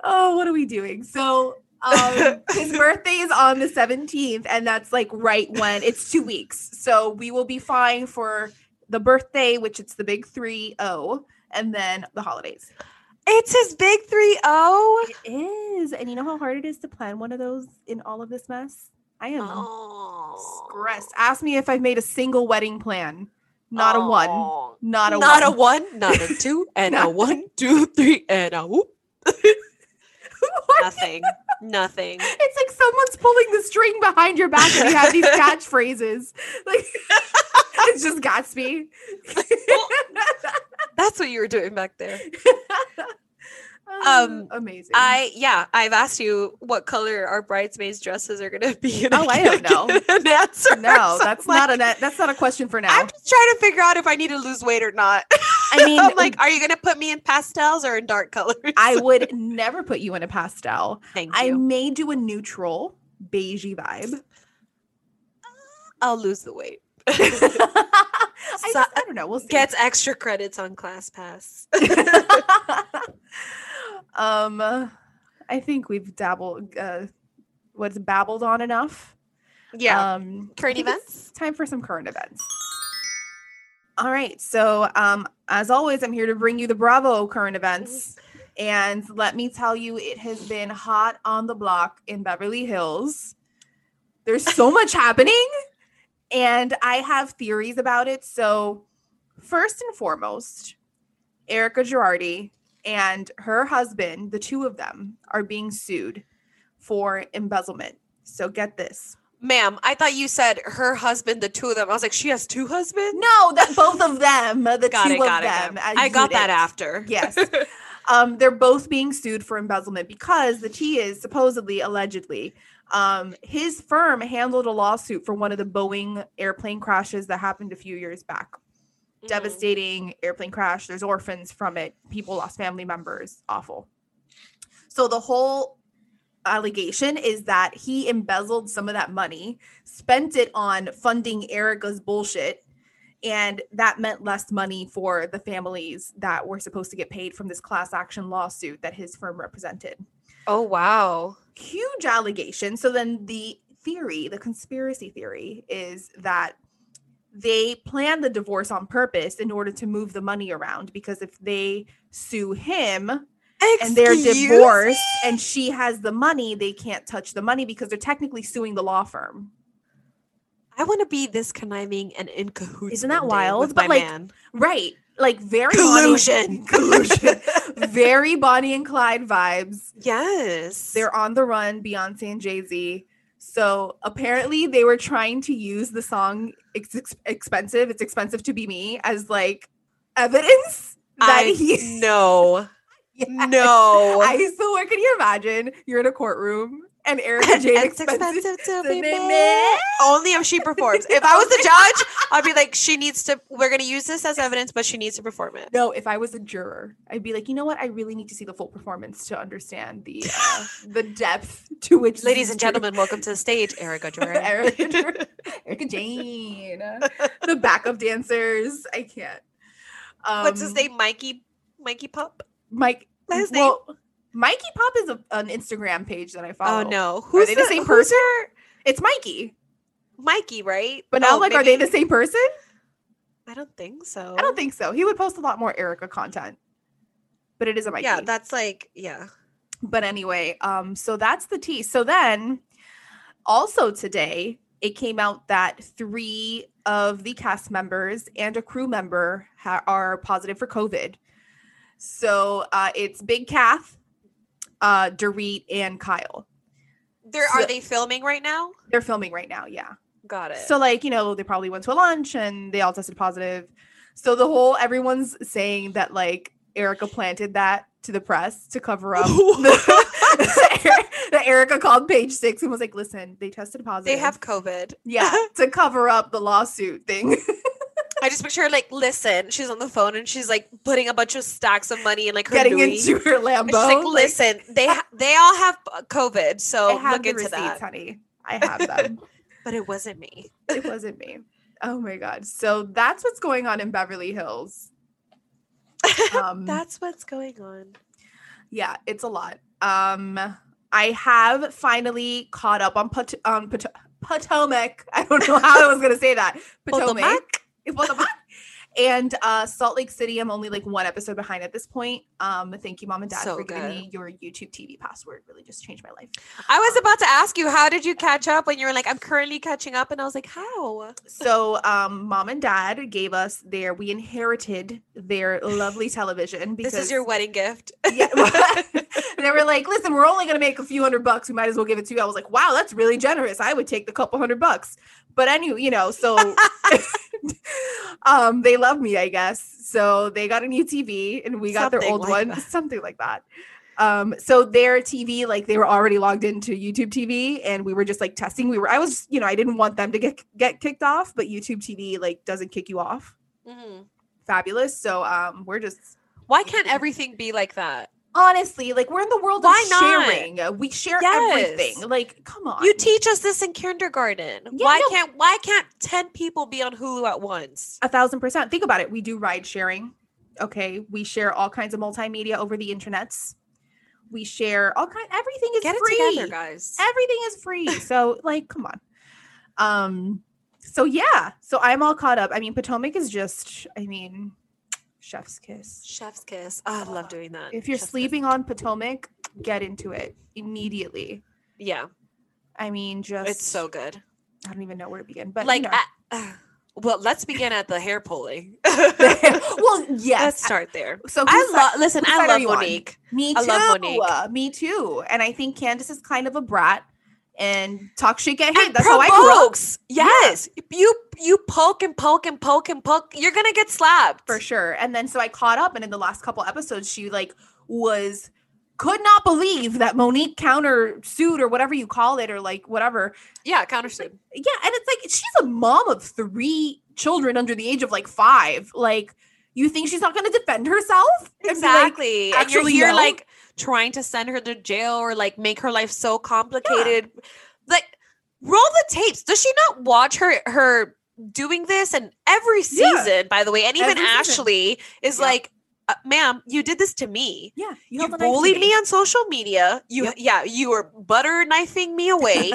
Speaker 2: Oh, what are we doing? So *laughs* um his birthday is on the 17th and that's like right when it's two weeks so we will be fine for the birthday which it's the big three oh and then the holidays
Speaker 1: It's his big three oh. zero.
Speaker 2: It is. And you know how hard it is to plan one of those in all of this mess? I am Oh. stressed. Ask me if I've made a single wedding plan. Not a one. Not a
Speaker 1: not
Speaker 2: one.
Speaker 1: a one, not a *laughs* two, and a
Speaker 2: Not-
Speaker 1: one, two, three, and a whoop.
Speaker 2: *laughs* What?
Speaker 1: Nothing. Nothing.
Speaker 2: *laughs* It's like someone's pulling the string behind your back and you
Speaker 1: *laughs*
Speaker 2: have these catchphrases. Like *laughs* it's just Gatsby.
Speaker 1: *laughs* That's what you were doing back there.
Speaker 2: *laughs* Oh,
Speaker 1: Um,
Speaker 2: amazing.
Speaker 1: I yeah, I've asked you what color our bridesmaids' dresses are gonna be. and
Speaker 2: Oh, I
Speaker 1: can't
Speaker 2: don't
Speaker 1: get An answer.
Speaker 2: no,
Speaker 1: So *laughs*
Speaker 2: that's
Speaker 1: I'm
Speaker 2: not
Speaker 1: like,
Speaker 2: a that's not a question for now.
Speaker 1: I'm just trying to figure out if I um, need to lose weight or not.
Speaker 2: *laughs*
Speaker 1: *laughs*
Speaker 2: I mean,
Speaker 1: I'm like, are you gonna put me in pastels or in dark colors? *laughs*
Speaker 2: I would never put you in a pastel.
Speaker 1: Thank
Speaker 2: I
Speaker 1: you.
Speaker 2: may do a neutral
Speaker 1: *laughs*
Speaker 2: beigey vibe. *laughs*
Speaker 1: I'll lose the weight.
Speaker 2: I,
Speaker 1: So-
Speaker 2: just- I don't know. We'll see.
Speaker 1: Gets extra credits on ClassPass.
Speaker 2: *laughs* um, I think we've dabbled. Uh, what's babbled on enough?
Speaker 1: *laughs* yeah.
Speaker 2: Um, I
Speaker 1: Current
Speaker 2: think it's
Speaker 1: events.
Speaker 2: Time for some current events. All right. So, um, as always, I'm here to bring you the Bravo current events. And let me tell you, it has been hot on the block in Beverly Hills. There's so much happening, and I have theories about it. So, first and foremost, Erica Girardi and her husband, the two of them, are being sued for embezzlement. So, get this.
Speaker 1: Ma'am, I thought you said her husband, the two of them. I was like, she has two husbands?
Speaker 2: No, that both of them, the
Speaker 1: got
Speaker 2: two
Speaker 1: it, got
Speaker 2: of
Speaker 1: it. got
Speaker 2: them.
Speaker 1: it. I got that
Speaker 2: unit.
Speaker 1: after. *laughs* Mm.
Speaker 2: Yes. um, they're both being sued for embezzlement because the T is supposedly, allegedly, um, his firm handled a lawsuit for one of the Boeing airplane crashes that happened a few years back.
Speaker 1: Mm.
Speaker 2: Devastating airplane crash. There's orphans from it. People lost family members. Awful. So the whole allegation is that he embezzled some of that money, spent it on funding Erica's bullshit, and that meant less money for the families that were supposed to get paid from this class action lawsuit that his firm represented.
Speaker 1: Oh, wow.
Speaker 2: Huge allegation. So then the theory, the conspiracy theory is that they planned the divorce on purpose in order to move the money around because if they sue him, and they're
Speaker 1: Excuse
Speaker 2: divorced
Speaker 1: me?
Speaker 2: and she has the money they can't touch the money because they're technically suing the law firm
Speaker 1: I want to be this conniving and in cahoots.
Speaker 2: Isn't that
Speaker 1: one day
Speaker 2: wild?
Speaker 1: with
Speaker 2: But,
Speaker 1: my
Speaker 2: like,
Speaker 1: man.
Speaker 2: right like very
Speaker 1: Collusion.
Speaker 2: bonnie,
Speaker 1: *laughs*
Speaker 2: *laughs* collusion very bonnie and clyde vibes
Speaker 1: yes.
Speaker 2: they're on the run beyonce and jay-z so apparently they were trying to use the song it's ex- expensive it's expensive to be me as like evidence that
Speaker 1: I
Speaker 2: he *laughs*
Speaker 1: no,
Speaker 2: Yeah.
Speaker 1: no.
Speaker 2: *laughs*
Speaker 1: *laughs*
Speaker 2: i used to work can you imagine you're in a courtroom and erica jane
Speaker 1: it's
Speaker 2: expensive
Speaker 1: expensive to
Speaker 2: to
Speaker 1: be
Speaker 2: be
Speaker 1: me. Only if she performs. If I was the judge, I'd be like, she needs to. We're gonna use this as evidence, but she needs to perform it.
Speaker 2: No, if I was a juror, I'd be like, you know what? I really need to see the full performance to understand the uh, the depth to which,
Speaker 1: Ladies
Speaker 2: these
Speaker 1: and
Speaker 2: jur-
Speaker 1: gentlemen, welcome to the stage, *laughs* Erica Jordan.
Speaker 2: Erica,
Speaker 1: *laughs*
Speaker 2: Jor- Erica Jane, the backup dancers. I can't. Um,
Speaker 1: What's his name? Mikey. Mikey Pup.
Speaker 2: Mike.
Speaker 1: What's his
Speaker 2: well, Mikey Pop is a, an Instagram page that I
Speaker 1: Oh
Speaker 2: follow.
Speaker 1: no, who's
Speaker 2: they the same
Speaker 1: who's
Speaker 2: person?
Speaker 1: her-
Speaker 2: it's Mikey.
Speaker 1: Mikey, right?
Speaker 2: But
Speaker 1: Oh,
Speaker 2: now, like, are they
Speaker 1: maybe- Oh.
Speaker 2: the same person?
Speaker 1: I don't think so.
Speaker 2: I don't think so. He would post a lot more Erica content, but it is a Mikey.
Speaker 1: Yeah, that's like yeah.
Speaker 2: but anyway um so that's the tea so then also today it came out that three of the cast members and a crew member ha- are positive for covid so uh it's big kath uh Dorit and Kyle.
Speaker 1: There
Speaker 2: So-
Speaker 1: are they filming right now?
Speaker 2: They're filming right now, yeah.
Speaker 1: Got it. *laughs*
Speaker 2: So like, you know, they probably went to a lunch and they all tested positive. So the whole everyone's saying that like Erica planted that to the press to cover
Speaker 1: *laughs*
Speaker 2: up *laughs* the, that Erica called page six and was like, listen, they tested positive.
Speaker 1: they have COVID. *laughs*
Speaker 2: yeah, to cover up the lawsuit thing.
Speaker 1: I just picture her like, listen, she's on the phone and she's like putting a bunch of stacks of money in like her
Speaker 2: Getting
Speaker 1: Louis.
Speaker 2: into her
Speaker 1: And
Speaker 2: Lambo.
Speaker 1: she's like, listen, they ha- they all have uh, COVID,
Speaker 2: I
Speaker 1: so
Speaker 2: have
Speaker 1: look
Speaker 2: the
Speaker 1: into
Speaker 2: receipts,
Speaker 1: that.
Speaker 2: honey. I have
Speaker 1: *laughs*
Speaker 2: them.
Speaker 1: But it wasn't me.
Speaker 2: it wasn't me. Oh my god. So that's what's going on in
Speaker 1: *laughs*
Speaker 2: Beverly Hills. Um
Speaker 1: That's what's going on.
Speaker 2: yeah, it's a lot. Um I have finally caught up on Pot- on Pot- Potomac. I don't know how I was going to say that.
Speaker 1: *laughs*
Speaker 2: Potomac.
Speaker 1: Potomac?
Speaker 2: It was a lot. and uh Salt Lake City, I'm only like one episode behind at this point. Um, thank you, mom and dad,
Speaker 1: So
Speaker 2: for giving
Speaker 1: good.
Speaker 2: me your YouTube TV password. Really just changed my life.
Speaker 1: I was about to ask you, how did you catch up when you were like, I'm currently catching up? And I was like, how?
Speaker 2: So um mom and dad gave us their we inherited their lovely television because
Speaker 1: this is your wedding gift.
Speaker 2: yeah, *laughs* they were like, listen, we're only gonna make a few hundred bucks. We might as well give it to you. I was like, wow, that's really generous. I would take the couple hundred bucks. But anyway, you
Speaker 1: *laughs*
Speaker 2: know, so um they love me, I guess. So they got a new TV and we got their
Speaker 1: Something
Speaker 2: old
Speaker 1: like
Speaker 2: one,
Speaker 1: that.
Speaker 2: something like that. Um, so their TV, like they were already logged into YouTube TV and we were just like testing. We were, I was, you know, I didn't want them to get get kicked off, but YouTube TV like doesn't kick you off
Speaker 1: Mhm.
Speaker 2: fabulous. So um, we're just
Speaker 1: Why can't everything be like that?
Speaker 2: honestly like we're in the world
Speaker 1: Why
Speaker 2: of
Speaker 1: not?
Speaker 2: sharing. We share
Speaker 1: Yes.
Speaker 2: everything. Like, come on.
Speaker 1: You teach us this in kindergarten.
Speaker 2: Yeah,
Speaker 1: why
Speaker 2: no.
Speaker 1: can't why can't 10 people be on Hulu at once?
Speaker 2: a thousand percent. Think about it. We do ride sharing. Okay, we share all kinds of multimedia over the internets. We share all kind. Everything is
Speaker 1: Get
Speaker 2: free.
Speaker 1: it together, guys.
Speaker 2: everything is free *laughs* so like come on um so yeah so i'm all caught up i mean potomac is just i mean chef's kiss
Speaker 1: Chef's kiss. Oh, I love doing that.
Speaker 2: if you're
Speaker 1: Chef's kiss.
Speaker 2: sleeping on potomac get into it immediately
Speaker 1: yeah,
Speaker 2: i mean just
Speaker 1: it's so good.
Speaker 2: i don't even know where to begin but
Speaker 1: like,
Speaker 2: you know.
Speaker 1: at- *sighs* well, let's begin at the hair
Speaker 2: *laughs*
Speaker 1: pulling. *laughs*
Speaker 2: well
Speaker 1: Let's
Speaker 2: yes
Speaker 1: start there.
Speaker 2: so
Speaker 1: I
Speaker 2: who's that-
Speaker 1: love. Listen,
Speaker 2: whose
Speaker 1: I
Speaker 2: side are
Speaker 1: love
Speaker 2: you on?
Speaker 1: Monique.
Speaker 2: me too
Speaker 1: I love Monique.
Speaker 2: uh, me too and i think candace is kind of a brat and talk shit get hate
Speaker 1: And
Speaker 2: that's how i grew up
Speaker 1: provokes. Yes, you you poke and poke and poke and poke. You're gonna get slapped.
Speaker 2: for sure. And then so I caught up, and in the last couple episodes, she like was could not believe that Monique counter sued or whatever you call it or like whatever.
Speaker 1: Yeah, counter sleep.
Speaker 2: Yeah, and it's like she's a mom of three children under the age of like five. Like, you think she's not going to defend herself? And be like,
Speaker 1: Exactly. and you're
Speaker 2: actually,
Speaker 1: here
Speaker 2: no.
Speaker 1: like trying to send her to jail or like make her life so complicated. Like roll the tapes. Does she not watch her her doing this and every
Speaker 2: Yeah.
Speaker 1: season by the way and even
Speaker 2: Every season.
Speaker 1: Ashley is
Speaker 2: Yeah.
Speaker 1: like uh, ma'am, you did this to me.
Speaker 2: yeah,
Speaker 1: You,
Speaker 2: held a knife to
Speaker 1: bullied me on social media. You
Speaker 2: Yep.
Speaker 1: yeah, you were butter knifing
Speaker 2: *laughs*
Speaker 1: me away,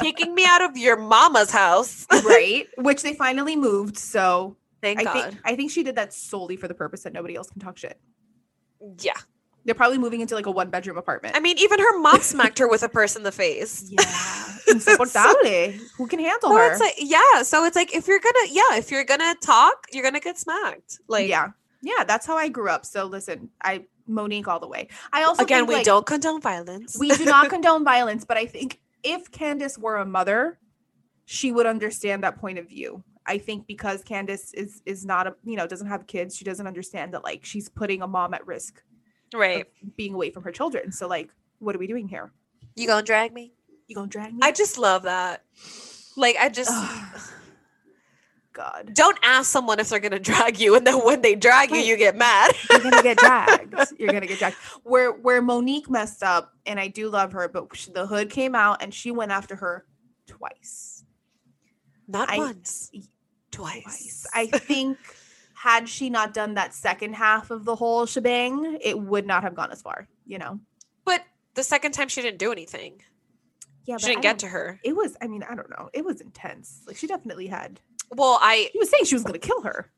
Speaker 1: kicking me out of your mama's house.
Speaker 2: right? Which they finally moved. So
Speaker 1: Thank
Speaker 2: I
Speaker 1: God.
Speaker 2: think I think she did that solely for the purpose that nobody else can talk shit.
Speaker 1: yeah.
Speaker 2: They're probably moving into like a one bedroom apartment.
Speaker 1: I mean, even her mom smacked her with a purse in the face. *laughs*
Speaker 2: Yeah, insupportable. Who can handle
Speaker 1: So
Speaker 2: her?
Speaker 1: it's like yeah, so it's like if you're gonna yeah, if you're gonna talk, you're gonna get smacked. Like
Speaker 2: yeah, yeah. That's how I grew up. So listen, I Monique all the way. I also
Speaker 1: again,
Speaker 2: think,
Speaker 1: we
Speaker 2: like,
Speaker 1: don't condone violence.
Speaker 2: we do not condone violence, but I think if Candace were a mother, she would understand that point of view. I think because Candace is is not a you know doesn't have kids, she doesn't understand that like she's putting a mom at risk
Speaker 1: right.
Speaker 2: being away from her children. So like, what are we doing here?
Speaker 1: You gonna drag me?
Speaker 2: You gonna drag me?
Speaker 1: I just love that. Like I just
Speaker 2: Ugh. *sighs* God,
Speaker 1: don't ask someone if they're gonna drag you, and then when they drag you,
Speaker 2: Right.
Speaker 1: you get mad.
Speaker 2: you're gonna get dragged. You're gonna get dragged. Where where Monique messed up, and I do love her, but sh- the hood came out and she went after her twice.
Speaker 1: not
Speaker 2: I-
Speaker 1: once,
Speaker 2: y-
Speaker 1: twice.
Speaker 2: Twice. I think had she not done that second half of the whole shebang, it would not have gone as far. You know.
Speaker 1: but the second time she didn't do anything.
Speaker 2: Yeah,
Speaker 1: she didn't get to her.
Speaker 2: It was. I mean, I don't know. It was intense. Like she definitely had.
Speaker 1: Well, I *laughs*
Speaker 2: She was saying she was gonna kill *laughs* her.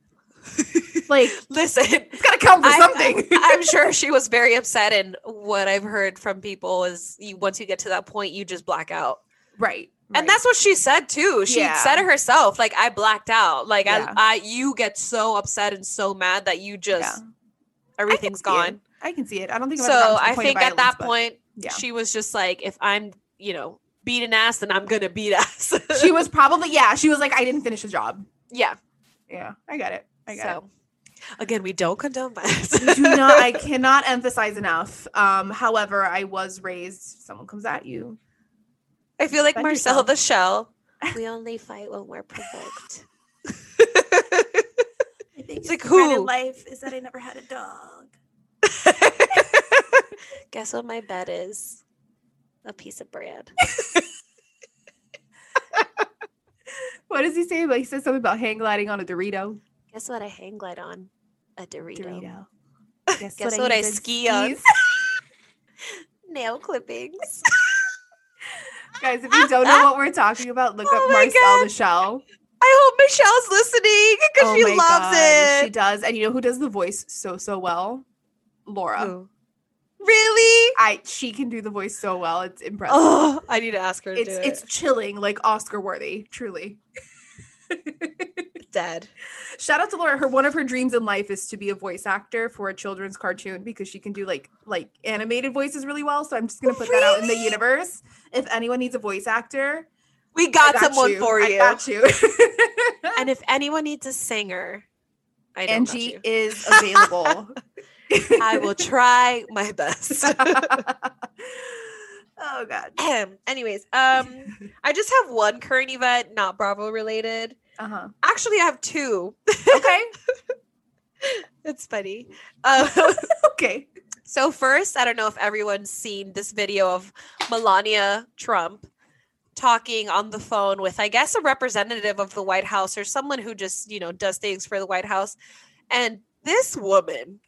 Speaker 2: like
Speaker 1: *laughs* listen.
Speaker 2: it's gotta count for
Speaker 1: I- *laughs*
Speaker 2: something.
Speaker 1: I'm sure she was very upset, and what I've heard from people is, you once you get to that point, you just black out.
Speaker 2: right.
Speaker 1: And that's what she said too. She
Speaker 2: Yeah.
Speaker 1: said it herself. Like I blacked out. Like
Speaker 2: Yeah.
Speaker 1: I, I, you get so upset and so mad that you just everything's
Speaker 2: see it.
Speaker 1: gone.
Speaker 2: I can see it. I don't think. I've
Speaker 1: So
Speaker 2: ever gotten to the
Speaker 1: I
Speaker 2: point of
Speaker 1: think at that
Speaker 2: violence, but
Speaker 1: point,
Speaker 2: yeah.
Speaker 1: she was just like, if I'm, you know, beating ass, then I'm gonna beat ass.
Speaker 2: *laughs* she was probably yeah she was like i didn't finish the job
Speaker 1: *laughs* yeah.
Speaker 2: yeah i got it i got
Speaker 1: So again, we don't condone
Speaker 2: it we
Speaker 1: violence.
Speaker 2: do not i cannot emphasize enough um however i was raised someone comes at you
Speaker 1: *laughs* I feel like
Speaker 2: Defend
Speaker 1: Marcel
Speaker 2: yourself.
Speaker 1: the Shell.
Speaker 2: *laughs*
Speaker 1: We only fight when we're *laughs* provoked.
Speaker 2: I think
Speaker 1: It's like, who?
Speaker 2: life is that i never had a dog
Speaker 1: Guess what my bed is? A piece of bread.
Speaker 2: what does he say like he says something about hang gliding on a dorito
Speaker 1: Guess what I hang glide on? A Dorito. *laughs*
Speaker 2: dorito guess,
Speaker 1: Guess what I
Speaker 2: used to
Speaker 1: ski on?
Speaker 2: sneeze?
Speaker 1: Nail clippings. *laughs*
Speaker 2: guys if you don't know what we're talking about look
Speaker 1: Oh
Speaker 2: up
Speaker 1: my
Speaker 2: marcel
Speaker 1: God.
Speaker 2: the shell
Speaker 1: I hope Michelle's listening because
Speaker 2: Oh
Speaker 1: she
Speaker 2: my
Speaker 1: loves
Speaker 2: God, she
Speaker 1: it.
Speaker 2: does and you know who does the voice so so well laura
Speaker 1: Really?
Speaker 2: I she can do the voice so well. It's impressive.
Speaker 1: Oh, I need to ask her to
Speaker 2: it's
Speaker 1: do
Speaker 2: it's
Speaker 1: it.
Speaker 2: chilling, like Oscar worthy, truly.
Speaker 1: It's dead.
Speaker 2: Shout out to Laura. Her one of her dreams in life is to be a voice actor for a children's cartoon because she can do like like animated voices really well. So I'm just gonna put that out in the
Speaker 1: Really?
Speaker 2: universe. If anyone needs a voice actor,
Speaker 1: We
Speaker 2: I
Speaker 1: got, someone for
Speaker 2: I
Speaker 1: you.
Speaker 2: got you. *laughs*
Speaker 1: And if anyone needs a singer, I know about
Speaker 2: Angie
Speaker 1: you.
Speaker 2: is available.
Speaker 1: *laughs*
Speaker 2: *laughs*
Speaker 1: I will try my best. *laughs*
Speaker 2: oh god.
Speaker 1: Ahem. Anyways, um, I just have one current event, not Bravo related.
Speaker 2: Uh huh.
Speaker 1: Actually, I have two.
Speaker 2: Okay.
Speaker 1: *laughs* It's funny. Um,
Speaker 2: okay.
Speaker 1: so first, I don't know if everyone's seen this video of Melania Trump talking on the phone with, I guess, a representative of the White House or someone who just, you know, does things for the White House. And this woman,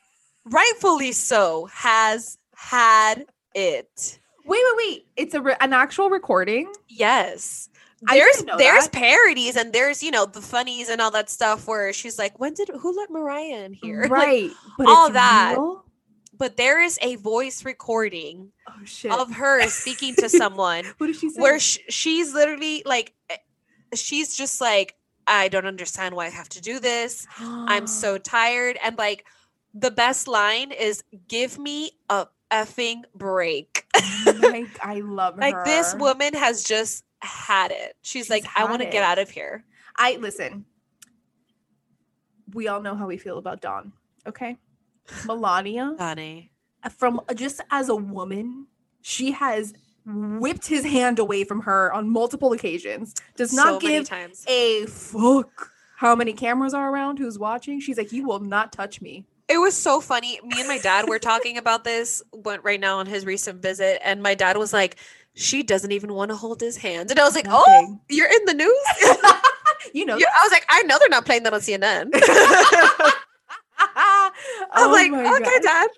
Speaker 1: rightfully so, has had it.
Speaker 2: Wait, wait, wait. It's a re- an actual recording.
Speaker 1: Yes.
Speaker 2: I
Speaker 1: There's
Speaker 2: didn't know
Speaker 1: there's
Speaker 2: that.
Speaker 1: parodies and there's, you know, the funnies and all that stuff where she's like, when did who let Mariah in here? Like,
Speaker 2: Right. but
Speaker 1: all
Speaker 2: it's
Speaker 1: that.
Speaker 2: real?
Speaker 1: but there is a voice recording
Speaker 2: Oh shit.
Speaker 1: of her speaking
Speaker 2: *laughs*
Speaker 1: to someone
Speaker 2: what did she say? *gasps*
Speaker 1: where sh- she's literally like eh, she's just like i don't understand why i have to do this i'm so tired and like the best line is give me a effing break *laughs*
Speaker 2: like, Oh, I love
Speaker 1: like this
Speaker 2: her.
Speaker 1: woman has just had it she's,
Speaker 2: Uh-huh.
Speaker 1: like
Speaker 2: She's
Speaker 1: i
Speaker 2: had
Speaker 1: want to
Speaker 2: it.
Speaker 1: get out of here
Speaker 2: I listen. We all know how we feel about Dawn, okay? Melania,
Speaker 1: honey
Speaker 2: from uh, just as a woman, she has whipped his hand away from her on multiple occasions. Does not
Speaker 1: so many
Speaker 2: give
Speaker 1: times
Speaker 2: a fuck how many cameras are around, who's watching. She's like, "You will not touch me."
Speaker 1: It was so funny. Me and my dad were talking about this when- right now on his recent visit, and my dad was like, "She doesn't even want to hold his hand," and I was like, "Oh,
Speaker 2: Nothing.
Speaker 1: you're in the news."
Speaker 2: *laughs* you know.
Speaker 1: You- I was like, "I know they're not playing that on *laughs* CNN." I'm
Speaker 2: I'm
Speaker 1: like, "Okay, *laughs* dad."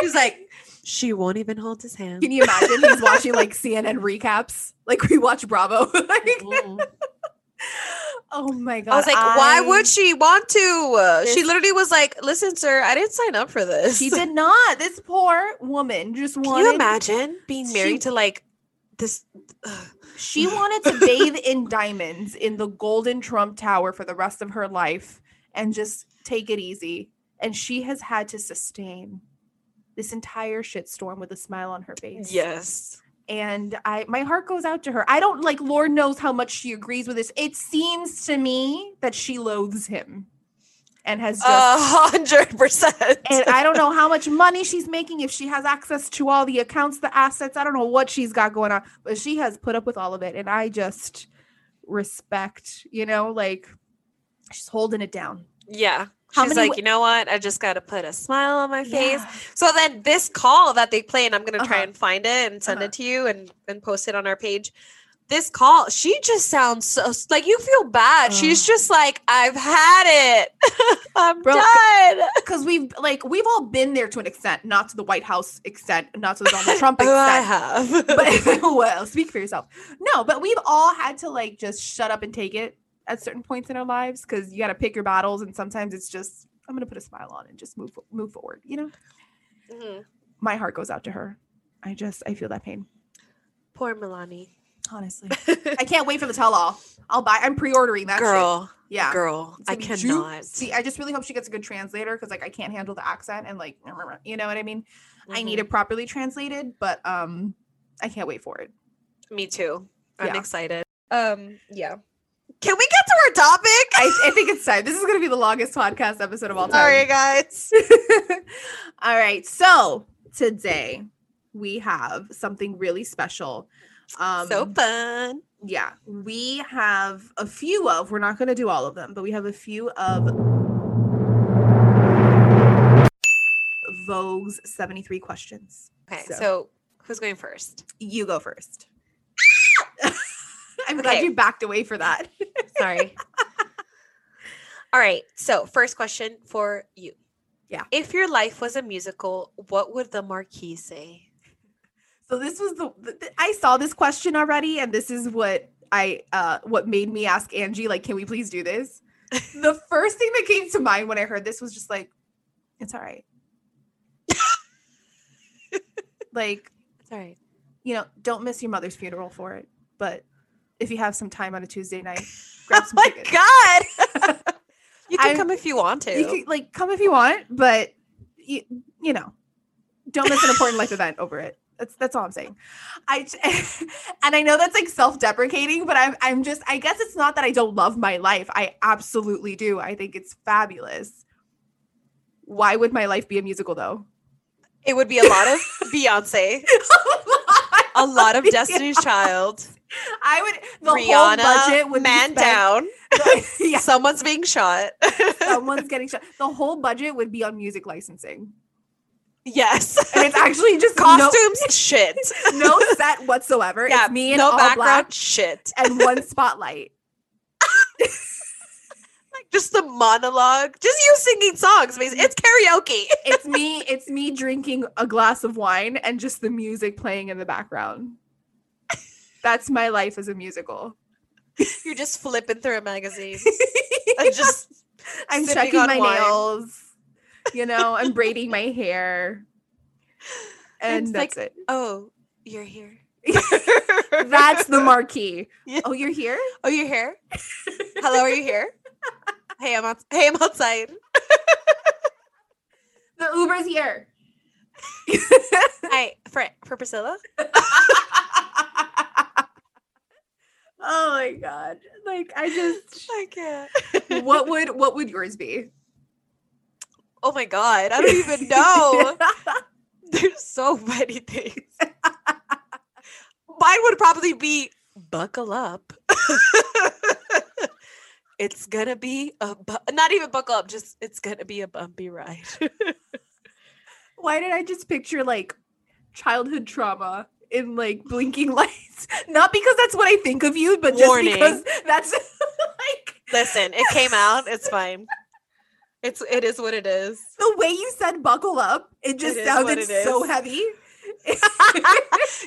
Speaker 1: He's like, "She won't even hold his hand."
Speaker 2: Can you imagine he's watching like
Speaker 1: *laughs*
Speaker 2: CNN recaps? Like we watch Bravo. *laughs* like,
Speaker 1: Mm-mm.
Speaker 2: oh my
Speaker 1: *laughs*
Speaker 2: god.
Speaker 1: I was like, "Why would
Speaker 2: I-
Speaker 1: she want to?" Uh, she
Speaker 2: This-
Speaker 1: literally was like, "Listen, sir, I didn't sign up for this." *laughs*
Speaker 2: She did not. This poor woman just
Speaker 1: Can you
Speaker 2: wanted.
Speaker 1: imagine being
Speaker 2: She-
Speaker 1: married to like this? Ugh.
Speaker 2: She wanted to bathe in diamonds in the golden Trump Tower for the rest of her life and just take it easy. And she has had to sustain this entire shitstorm with a smile on her face.
Speaker 1: Yes.
Speaker 2: And I, my heart goes out to her. I don't like. Lord knows how much she agrees with this. It seems to me that she loathes him, and has
Speaker 1: A
Speaker 2: just
Speaker 1: hundred percent. *laughs*
Speaker 2: and I don't know how much money she's making if she has access to all the accounts, the assets. I don't know what she's got going on, but she has put up with all of it, and I just respect, you know, like she's holding it down.
Speaker 1: Yeah.
Speaker 2: How
Speaker 1: She's
Speaker 2: many
Speaker 1: like,
Speaker 2: wa-
Speaker 1: you know what? I just got to put a smile on my face. So then this call that they play, and I'm going to try
Speaker 2: Uh-huh.
Speaker 1: and find it and send
Speaker 2: Uh-huh.
Speaker 1: it to you and, and post it on our page. This call, she just sounds so like you feel bad. She's
Speaker 2: Ugh.
Speaker 1: just like, I've had it. *laughs* I'm
Speaker 2: Bro, c-
Speaker 1: *laughs* done.
Speaker 2: because we've like we've all been there to an extent, not to the White House extent, not to the Donald Trump
Speaker 1: *laughs* Oh, I *laughs* have.
Speaker 2: extent. But *laughs* well, speak for yourself. No, but we've all had to like just shut up and take it at certain points in our lives because you got to pick your battles, and sometimes it's just I'm gonna put a smile on and just move move forward, you know.
Speaker 1: Mhm.
Speaker 2: my heart goes out to her. I just I feel that pain.
Speaker 1: Poor Milani. *laughs*
Speaker 2: Honestly. *laughs* I can't wait for the tell all. I'll buy I'm pre-ordering that shit.
Speaker 1: girl,
Speaker 2: Yeah.
Speaker 1: girl,
Speaker 2: It's
Speaker 1: I
Speaker 2: gonna be
Speaker 1: cannot.
Speaker 2: ju- See, I just really hope she gets a good translator because like I can't handle the accent and like you know what I mean? I need
Speaker 1: Mm-hmm.
Speaker 2: it properly translated, but um I can't wait for it.
Speaker 1: Me too. I'm
Speaker 2: Yeah.
Speaker 1: excited. Mm-hmm. Um, yeah. Can we get to our topic?
Speaker 2: I, I think it's time. This is gonna be the longest podcast episode of all time.
Speaker 1: Sorry, guys.
Speaker 2: *laughs* all right. So today we have something really special. Um
Speaker 1: so fun.
Speaker 2: yeah, we have a few of, we're not going to do all of them, but we have a few of Vogue's 73 questions.
Speaker 1: Okay, so.
Speaker 2: So-
Speaker 1: who's going first?
Speaker 2: You go first. *laughs* I'm glad
Speaker 1: Okay.
Speaker 2: you backed away for that.
Speaker 1: Sorry. All right, so first question for you.
Speaker 2: Yeah.
Speaker 1: If your life was a musical, what would the marquee say?
Speaker 2: So this was the, the, the- I saw this question already and this is what I uh what made me ask Angie like can we please do this? the first thing that came to mind when I heard this was just like it's all right. like
Speaker 1: *laughs* Sorry.
Speaker 2: you know, don't miss your mother's funeral for it. But if you have some time on a Tuesday night, grab
Speaker 1: *laughs* Oh
Speaker 2: some tickets.
Speaker 1: God.
Speaker 2: *laughs*
Speaker 1: you can
Speaker 2: I'm-
Speaker 1: come if you want to.
Speaker 2: You can, like come if you want, but you, you know, don't miss an important life event over it. That's that's all I'm saying. I j- *laughs* and I know that's like self-deprecating, but I'm I'm just I guess it's not that I don't love my life. I absolutely do. I think it's fabulous. Why would my life be a musical though? *laughs*
Speaker 1: it would be a lot of Beyonce, a lot of Destiny's Child,
Speaker 2: I would *laughs* the
Speaker 1: Rihanna,
Speaker 2: whole budget would
Speaker 1: man
Speaker 2: be spent,
Speaker 1: down.
Speaker 2: *laughs* yeah,
Speaker 1: Someone's being shot.
Speaker 2: someone's getting shot. The whole budget would be on music licensing,
Speaker 1: *laughs* yes. *laughs*
Speaker 2: and it's actually just no,
Speaker 1: Costumes,
Speaker 2: *laughs*
Speaker 1: shit.
Speaker 2: no set whatsoever.
Speaker 1: yeah,
Speaker 2: it's me in
Speaker 1: no
Speaker 2: all
Speaker 1: background,
Speaker 2: black
Speaker 1: shit. *laughs*
Speaker 2: and one spotlight.
Speaker 1: Like just the monologue, just you singing songs. Basically. It's karaoke. *laughs*
Speaker 2: It's me. It's me drinking a glass of wine and just the music playing in the background. That's my life as
Speaker 1: *laughs*
Speaker 2: a musical.
Speaker 1: You're just flipping through a
Speaker 2: *laughs*
Speaker 1: magazine. and just
Speaker 2: I'm
Speaker 1: sipping
Speaker 2: checking
Speaker 1: on
Speaker 2: my
Speaker 1: wine.
Speaker 2: nails. You know,
Speaker 1: *laughs*
Speaker 2: I'm braiding my hair. And
Speaker 1: It's like-
Speaker 2: that's it.
Speaker 1: Oh, you're here.
Speaker 2: That's the marquee.
Speaker 1: *laughs* Yeah.
Speaker 2: Oh, you're here?
Speaker 1: Oh, you're here. Hello, are you here? Hey, I'm out- hey, I'm outside.
Speaker 2: The
Speaker 1: *laughs*
Speaker 2: Uber's here. *laughs*
Speaker 1: Hi, for for Priscilla.
Speaker 2: oh my god. Like I just
Speaker 1: I can't.
Speaker 2: what would what would yours be?
Speaker 1: Oh my god, I don't
Speaker 2: *laughs*
Speaker 1: even know. There's so many things. Mine would probably be buckle up. *laughs* it's gonna be a bu- not even buckle up. Just it's gonna be a bumpy ride. *laughs*
Speaker 2: Why did I just picture like childhood trauma in like blinking *laughs* lights? Not because that's what I think of you, but just
Speaker 1: Warning.
Speaker 2: because that's *laughs* like
Speaker 1: Listen, it came out. It's fine. It's it is what it is.
Speaker 2: the way you said buckle up, it just
Speaker 1: is what
Speaker 2: sounded
Speaker 1: it
Speaker 2: so
Speaker 1: is. *laughs*
Speaker 2: heavy.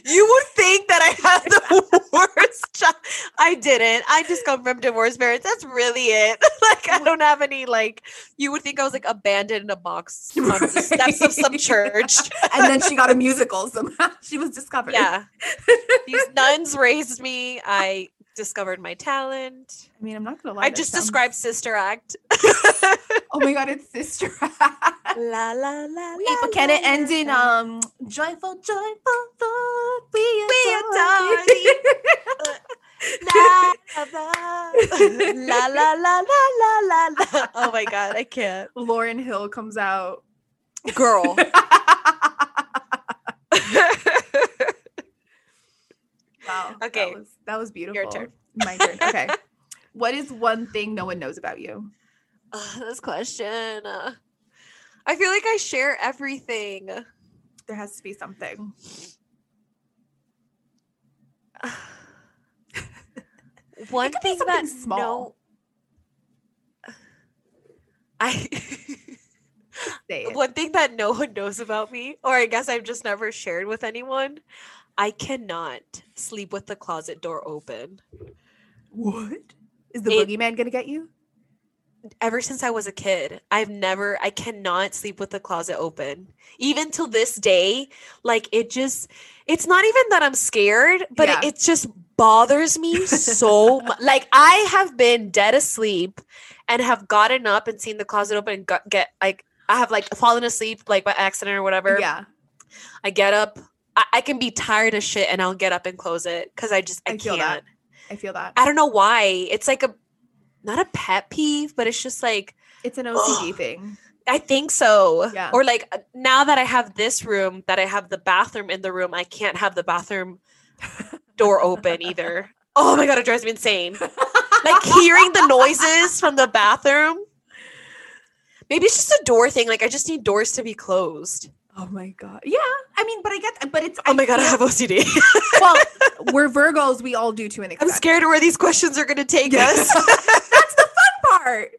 Speaker 1: You would think that I had the *laughs* worst job. I didn't. I just come from divorced parents. That's really it. *laughs* Like I don't have any like. You would think I was like abandoned in a box on the steps of some
Speaker 2: Right.
Speaker 1: *laughs* church.
Speaker 2: and then she got a musical somehow. *laughs* She was discovered.
Speaker 1: Yeah, these nuns raised me. I discovered my talent.
Speaker 2: I mean, I'm not gonna lie.
Speaker 1: I
Speaker 2: that
Speaker 1: just
Speaker 2: sounds-
Speaker 1: described Sister Act.
Speaker 2: Oh my god,
Speaker 1: *laughs*
Speaker 2: it's *laughs* sister.
Speaker 1: la *laughs* la la.
Speaker 2: We
Speaker 1: la,
Speaker 2: but can it
Speaker 1: la,
Speaker 2: end
Speaker 1: la,
Speaker 2: in
Speaker 1: *laughs* la.
Speaker 2: um joyful, joyful Lord, we
Speaker 1: We
Speaker 2: adore,
Speaker 1: adore
Speaker 2: thee. *laughs*
Speaker 1: thee. La, la, la, la, la, la, la, la. *laughs* Oh my god, I *laughs* can't.
Speaker 2: Lauren Hill
Speaker 1: *laughs*
Speaker 2: comes out.
Speaker 1: Girl. *laughs*
Speaker 2: wow.
Speaker 1: Okay.
Speaker 2: That was, that was beautiful.
Speaker 1: turn. *laughs*
Speaker 2: My turn. Okay. what is one thing no one knows about you?
Speaker 1: Ugh, this question. uh, I feel like I share everything. *laughs*
Speaker 2: There has to be something.
Speaker 1: One
Speaker 2: could be
Speaker 1: thing that
Speaker 2: something
Speaker 1: no,
Speaker 2: small.
Speaker 1: *laughs* I
Speaker 2: Say it.
Speaker 1: one thing that no one knows about me, or I guess I've just never shared with anyone. I cannot sleep with the closet door open.
Speaker 2: What? Is the
Speaker 1: It-
Speaker 2: boogeyman gonna get you?
Speaker 1: ever since I was a kid, I've never, I cannot sleep with the closet open. Even till this day, like it just, it's not even that I'm scared, but
Speaker 2: Yeah.
Speaker 1: it, it just bothers me
Speaker 2: *laughs*
Speaker 1: so much. Like I have been dead asleep and have gotten up and seen the closet open and got, get like, I have like fallen asleep like by accident or whatever.
Speaker 2: Yeah.
Speaker 1: I get up. I, I can be tired of shit and I'll get up and close it because I just I,
Speaker 2: I feel
Speaker 1: can't.
Speaker 2: that. I feel that.
Speaker 1: I don't know why. It's like a not a pet peeve, but it's just like
Speaker 2: It's
Speaker 1: *gasps*
Speaker 2: an OCD thing.
Speaker 1: I think so.
Speaker 2: Yeah.
Speaker 1: Or like uh, now that I have this room, that I have the bathroom in the room, I can't have the *laughs* bathroom door open either. Oh my god, it drives me insane. Like hearing the noises from the bathroom. Maybe it's just a door thing. Like I just need doors to be closed.
Speaker 2: Oh my god. Yeah. I mean, but I get but it's
Speaker 1: Oh my god, I
Speaker 2: feel-
Speaker 1: have OCD.
Speaker 2: well, we're Virgos. We all do to an
Speaker 1: *laughs* I'm
Speaker 2: extent.
Speaker 1: scared of where these questions are going to take
Speaker 2: Yeah.
Speaker 1: *laughs* us.
Speaker 2: *laughs* That's the fun part.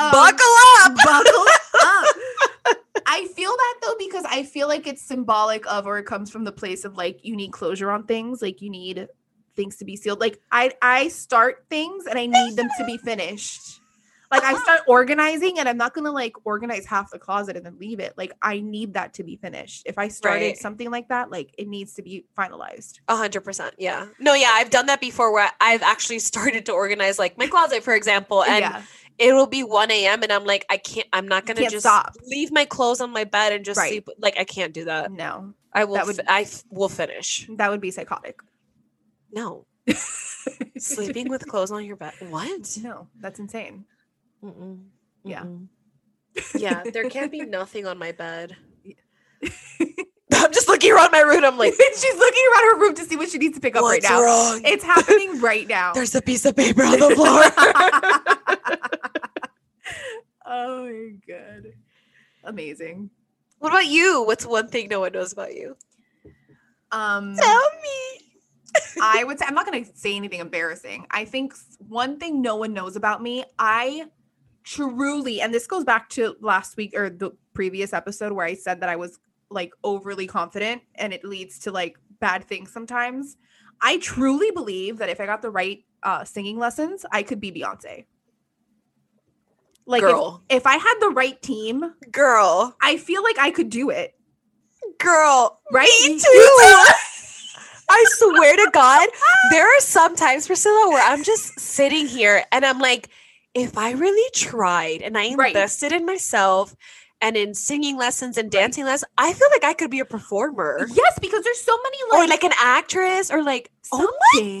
Speaker 2: Um,
Speaker 1: Buckle up.
Speaker 2: buckle up.
Speaker 1: *laughs*
Speaker 2: I feel that though because I feel like it's symbolic of or it comes from the place of like you need closure on things, like you need things to be sealed. Like I I start things and I need them to be finished. Like I start organizing and I'm not going to like organize half the closet and then leave it. Like I need that to be finished. If I started
Speaker 1: Right.
Speaker 2: something like that, like it needs to be finalized.
Speaker 1: A hundred percent. Yeah. No, yeah, I've done that before where I've actually started to organize like my closet, for example. And
Speaker 2: yeah.
Speaker 1: it'll be 1 a.m. and I'm like, I can't, I'm not gonna
Speaker 2: can't
Speaker 1: just
Speaker 2: stop.
Speaker 1: leave my clothes on my bed and just
Speaker 2: Right.
Speaker 1: sleep. Like, I can't do that.
Speaker 2: No.
Speaker 1: I will,
Speaker 2: that
Speaker 1: I
Speaker 2: would-
Speaker 1: I f- will finish.
Speaker 2: That would be psychotic. *laughs*
Speaker 1: No, sleeping
Speaker 2: *laughs*
Speaker 1: with clothes on your bed. What?
Speaker 2: No, that's insane.
Speaker 1: Mm-mm.
Speaker 2: Yeah.
Speaker 1: Mm-mm.
Speaker 2: *laughs*
Speaker 1: Yeah. There can't be nothing on my bed. I'm just looking around my my room. I'm
Speaker 2: *laughs*
Speaker 1: like,
Speaker 2: She's looking around her room to see what she needs to pick up
Speaker 1: what's
Speaker 2: right now.
Speaker 1: wrong?
Speaker 2: It's happening right now.
Speaker 1: There's a piece of paper on
Speaker 2: *laughs*
Speaker 1: the floor. *laughs*
Speaker 2: oh my god. Amazing.
Speaker 1: what about you? What's one thing no one knows about you?
Speaker 2: Um
Speaker 1: me.
Speaker 2: I would say I'm not going to say anything embarrassing. I think s- one thing no one knows about me, I truly, and this goes back to last week or the previous episode where I said that I was like overly confident and it leads to like bad things sometimes. I truly believe that if I got the right uh, singing lessons, I could be Beyonce. Like if-
Speaker 1: girl,
Speaker 2: if I had the right team,
Speaker 1: girl,
Speaker 2: I feel like I could do it.
Speaker 1: girl.
Speaker 2: Right?
Speaker 1: Me too. I swear to
Speaker 2: *laughs*
Speaker 1: God, there are some times, Priscilla, where I'm just sitting here and I'm like, if I really tried and I
Speaker 2: Right.
Speaker 1: invested in myself and in singing lessons and dancing lessons, I feel like I could be a performer
Speaker 2: Yes, because there's so many
Speaker 1: or
Speaker 2: like,
Speaker 1: like an actress or like, oh
Speaker 2: something-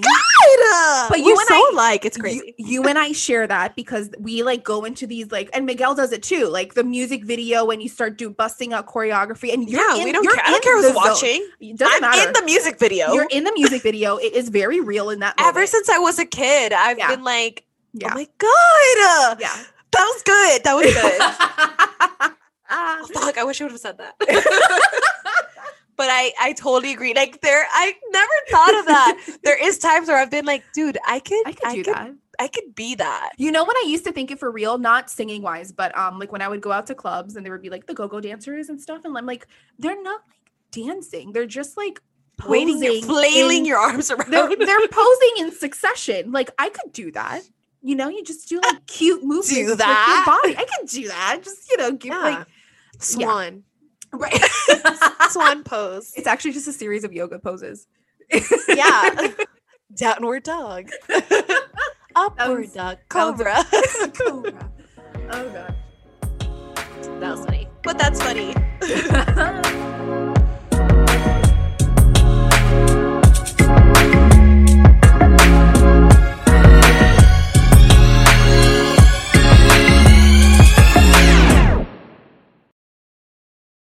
Speaker 1: my God.
Speaker 2: But
Speaker 1: But
Speaker 2: you
Speaker 1: you
Speaker 2: and
Speaker 1: so
Speaker 2: I-
Speaker 1: like, it's
Speaker 2: you-
Speaker 1: crazy.
Speaker 2: You, and I share that because we like go into these like, and Miguel does it too, like the music video when you start do busting out choreography, and you're
Speaker 1: yeah,
Speaker 2: in-
Speaker 1: we don't
Speaker 2: you're
Speaker 1: care. I don't
Speaker 2: in
Speaker 1: care
Speaker 2: the
Speaker 1: who's
Speaker 2: zone.
Speaker 1: watching.
Speaker 2: It doesn't
Speaker 1: I'm
Speaker 2: matter.
Speaker 1: in the music video.
Speaker 2: you're in the music video. It is very real in that.
Speaker 1: Ever
Speaker 2: moment.
Speaker 1: since I was a kid, I've
Speaker 2: Yeah.
Speaker 1: been like,
Speaker 2: Yeah.
Speaker 1: oh my God.
Speaker 2: yeah,
Speaker 1: That was good. That was
Speaker 2: *laughs*
Speaker 1: good. *laughs*
Speaker 2: Ah.
Speaker 1: Oh, Fuck, I wish I would have said that. *laughs* but I, I totally agree. Like there, I never thought of *laughs* that. There is times where I've been like, dude, I could,
Speaker 2: I could do that.
Speaker 1: I could be that.
Speaker 2: You know when I used to think it for real, not singing wise, but um, like when I would go out to clubs and there would be like the go-go dancers and stuff, and I'm like, they're not like dancing; they're just like
Speaker 1: Waiting, there,
Speaker 2: posing
Speaker 1: flailing
Speaker 2: in-
Speaker 1: your arms around.
Speaker 2: They're they're posing *laughs* in succession. Like I could do that. You know, you just do like cute movements with
Speaker 1: that.
Speaker 2: your body. I could do that. Just you know, give
Speaker 1: yeah.
Speaker 2: like
Speaker 1: swan,
Speaker 2: *laughs* right.
Speaker 1: *laughs* swan pose.
Speaker 2: it's actually just a series of yoga poses. *laughs*
Speaker 1: Yeah, *laughs* downward *laughs* dog,
Speaker 2: was-
Speaker 1: upward dog, cobra.
Speaker 2: Cobra. Oh god.
Speaker 1: *laughs* That was funny, but that's funny.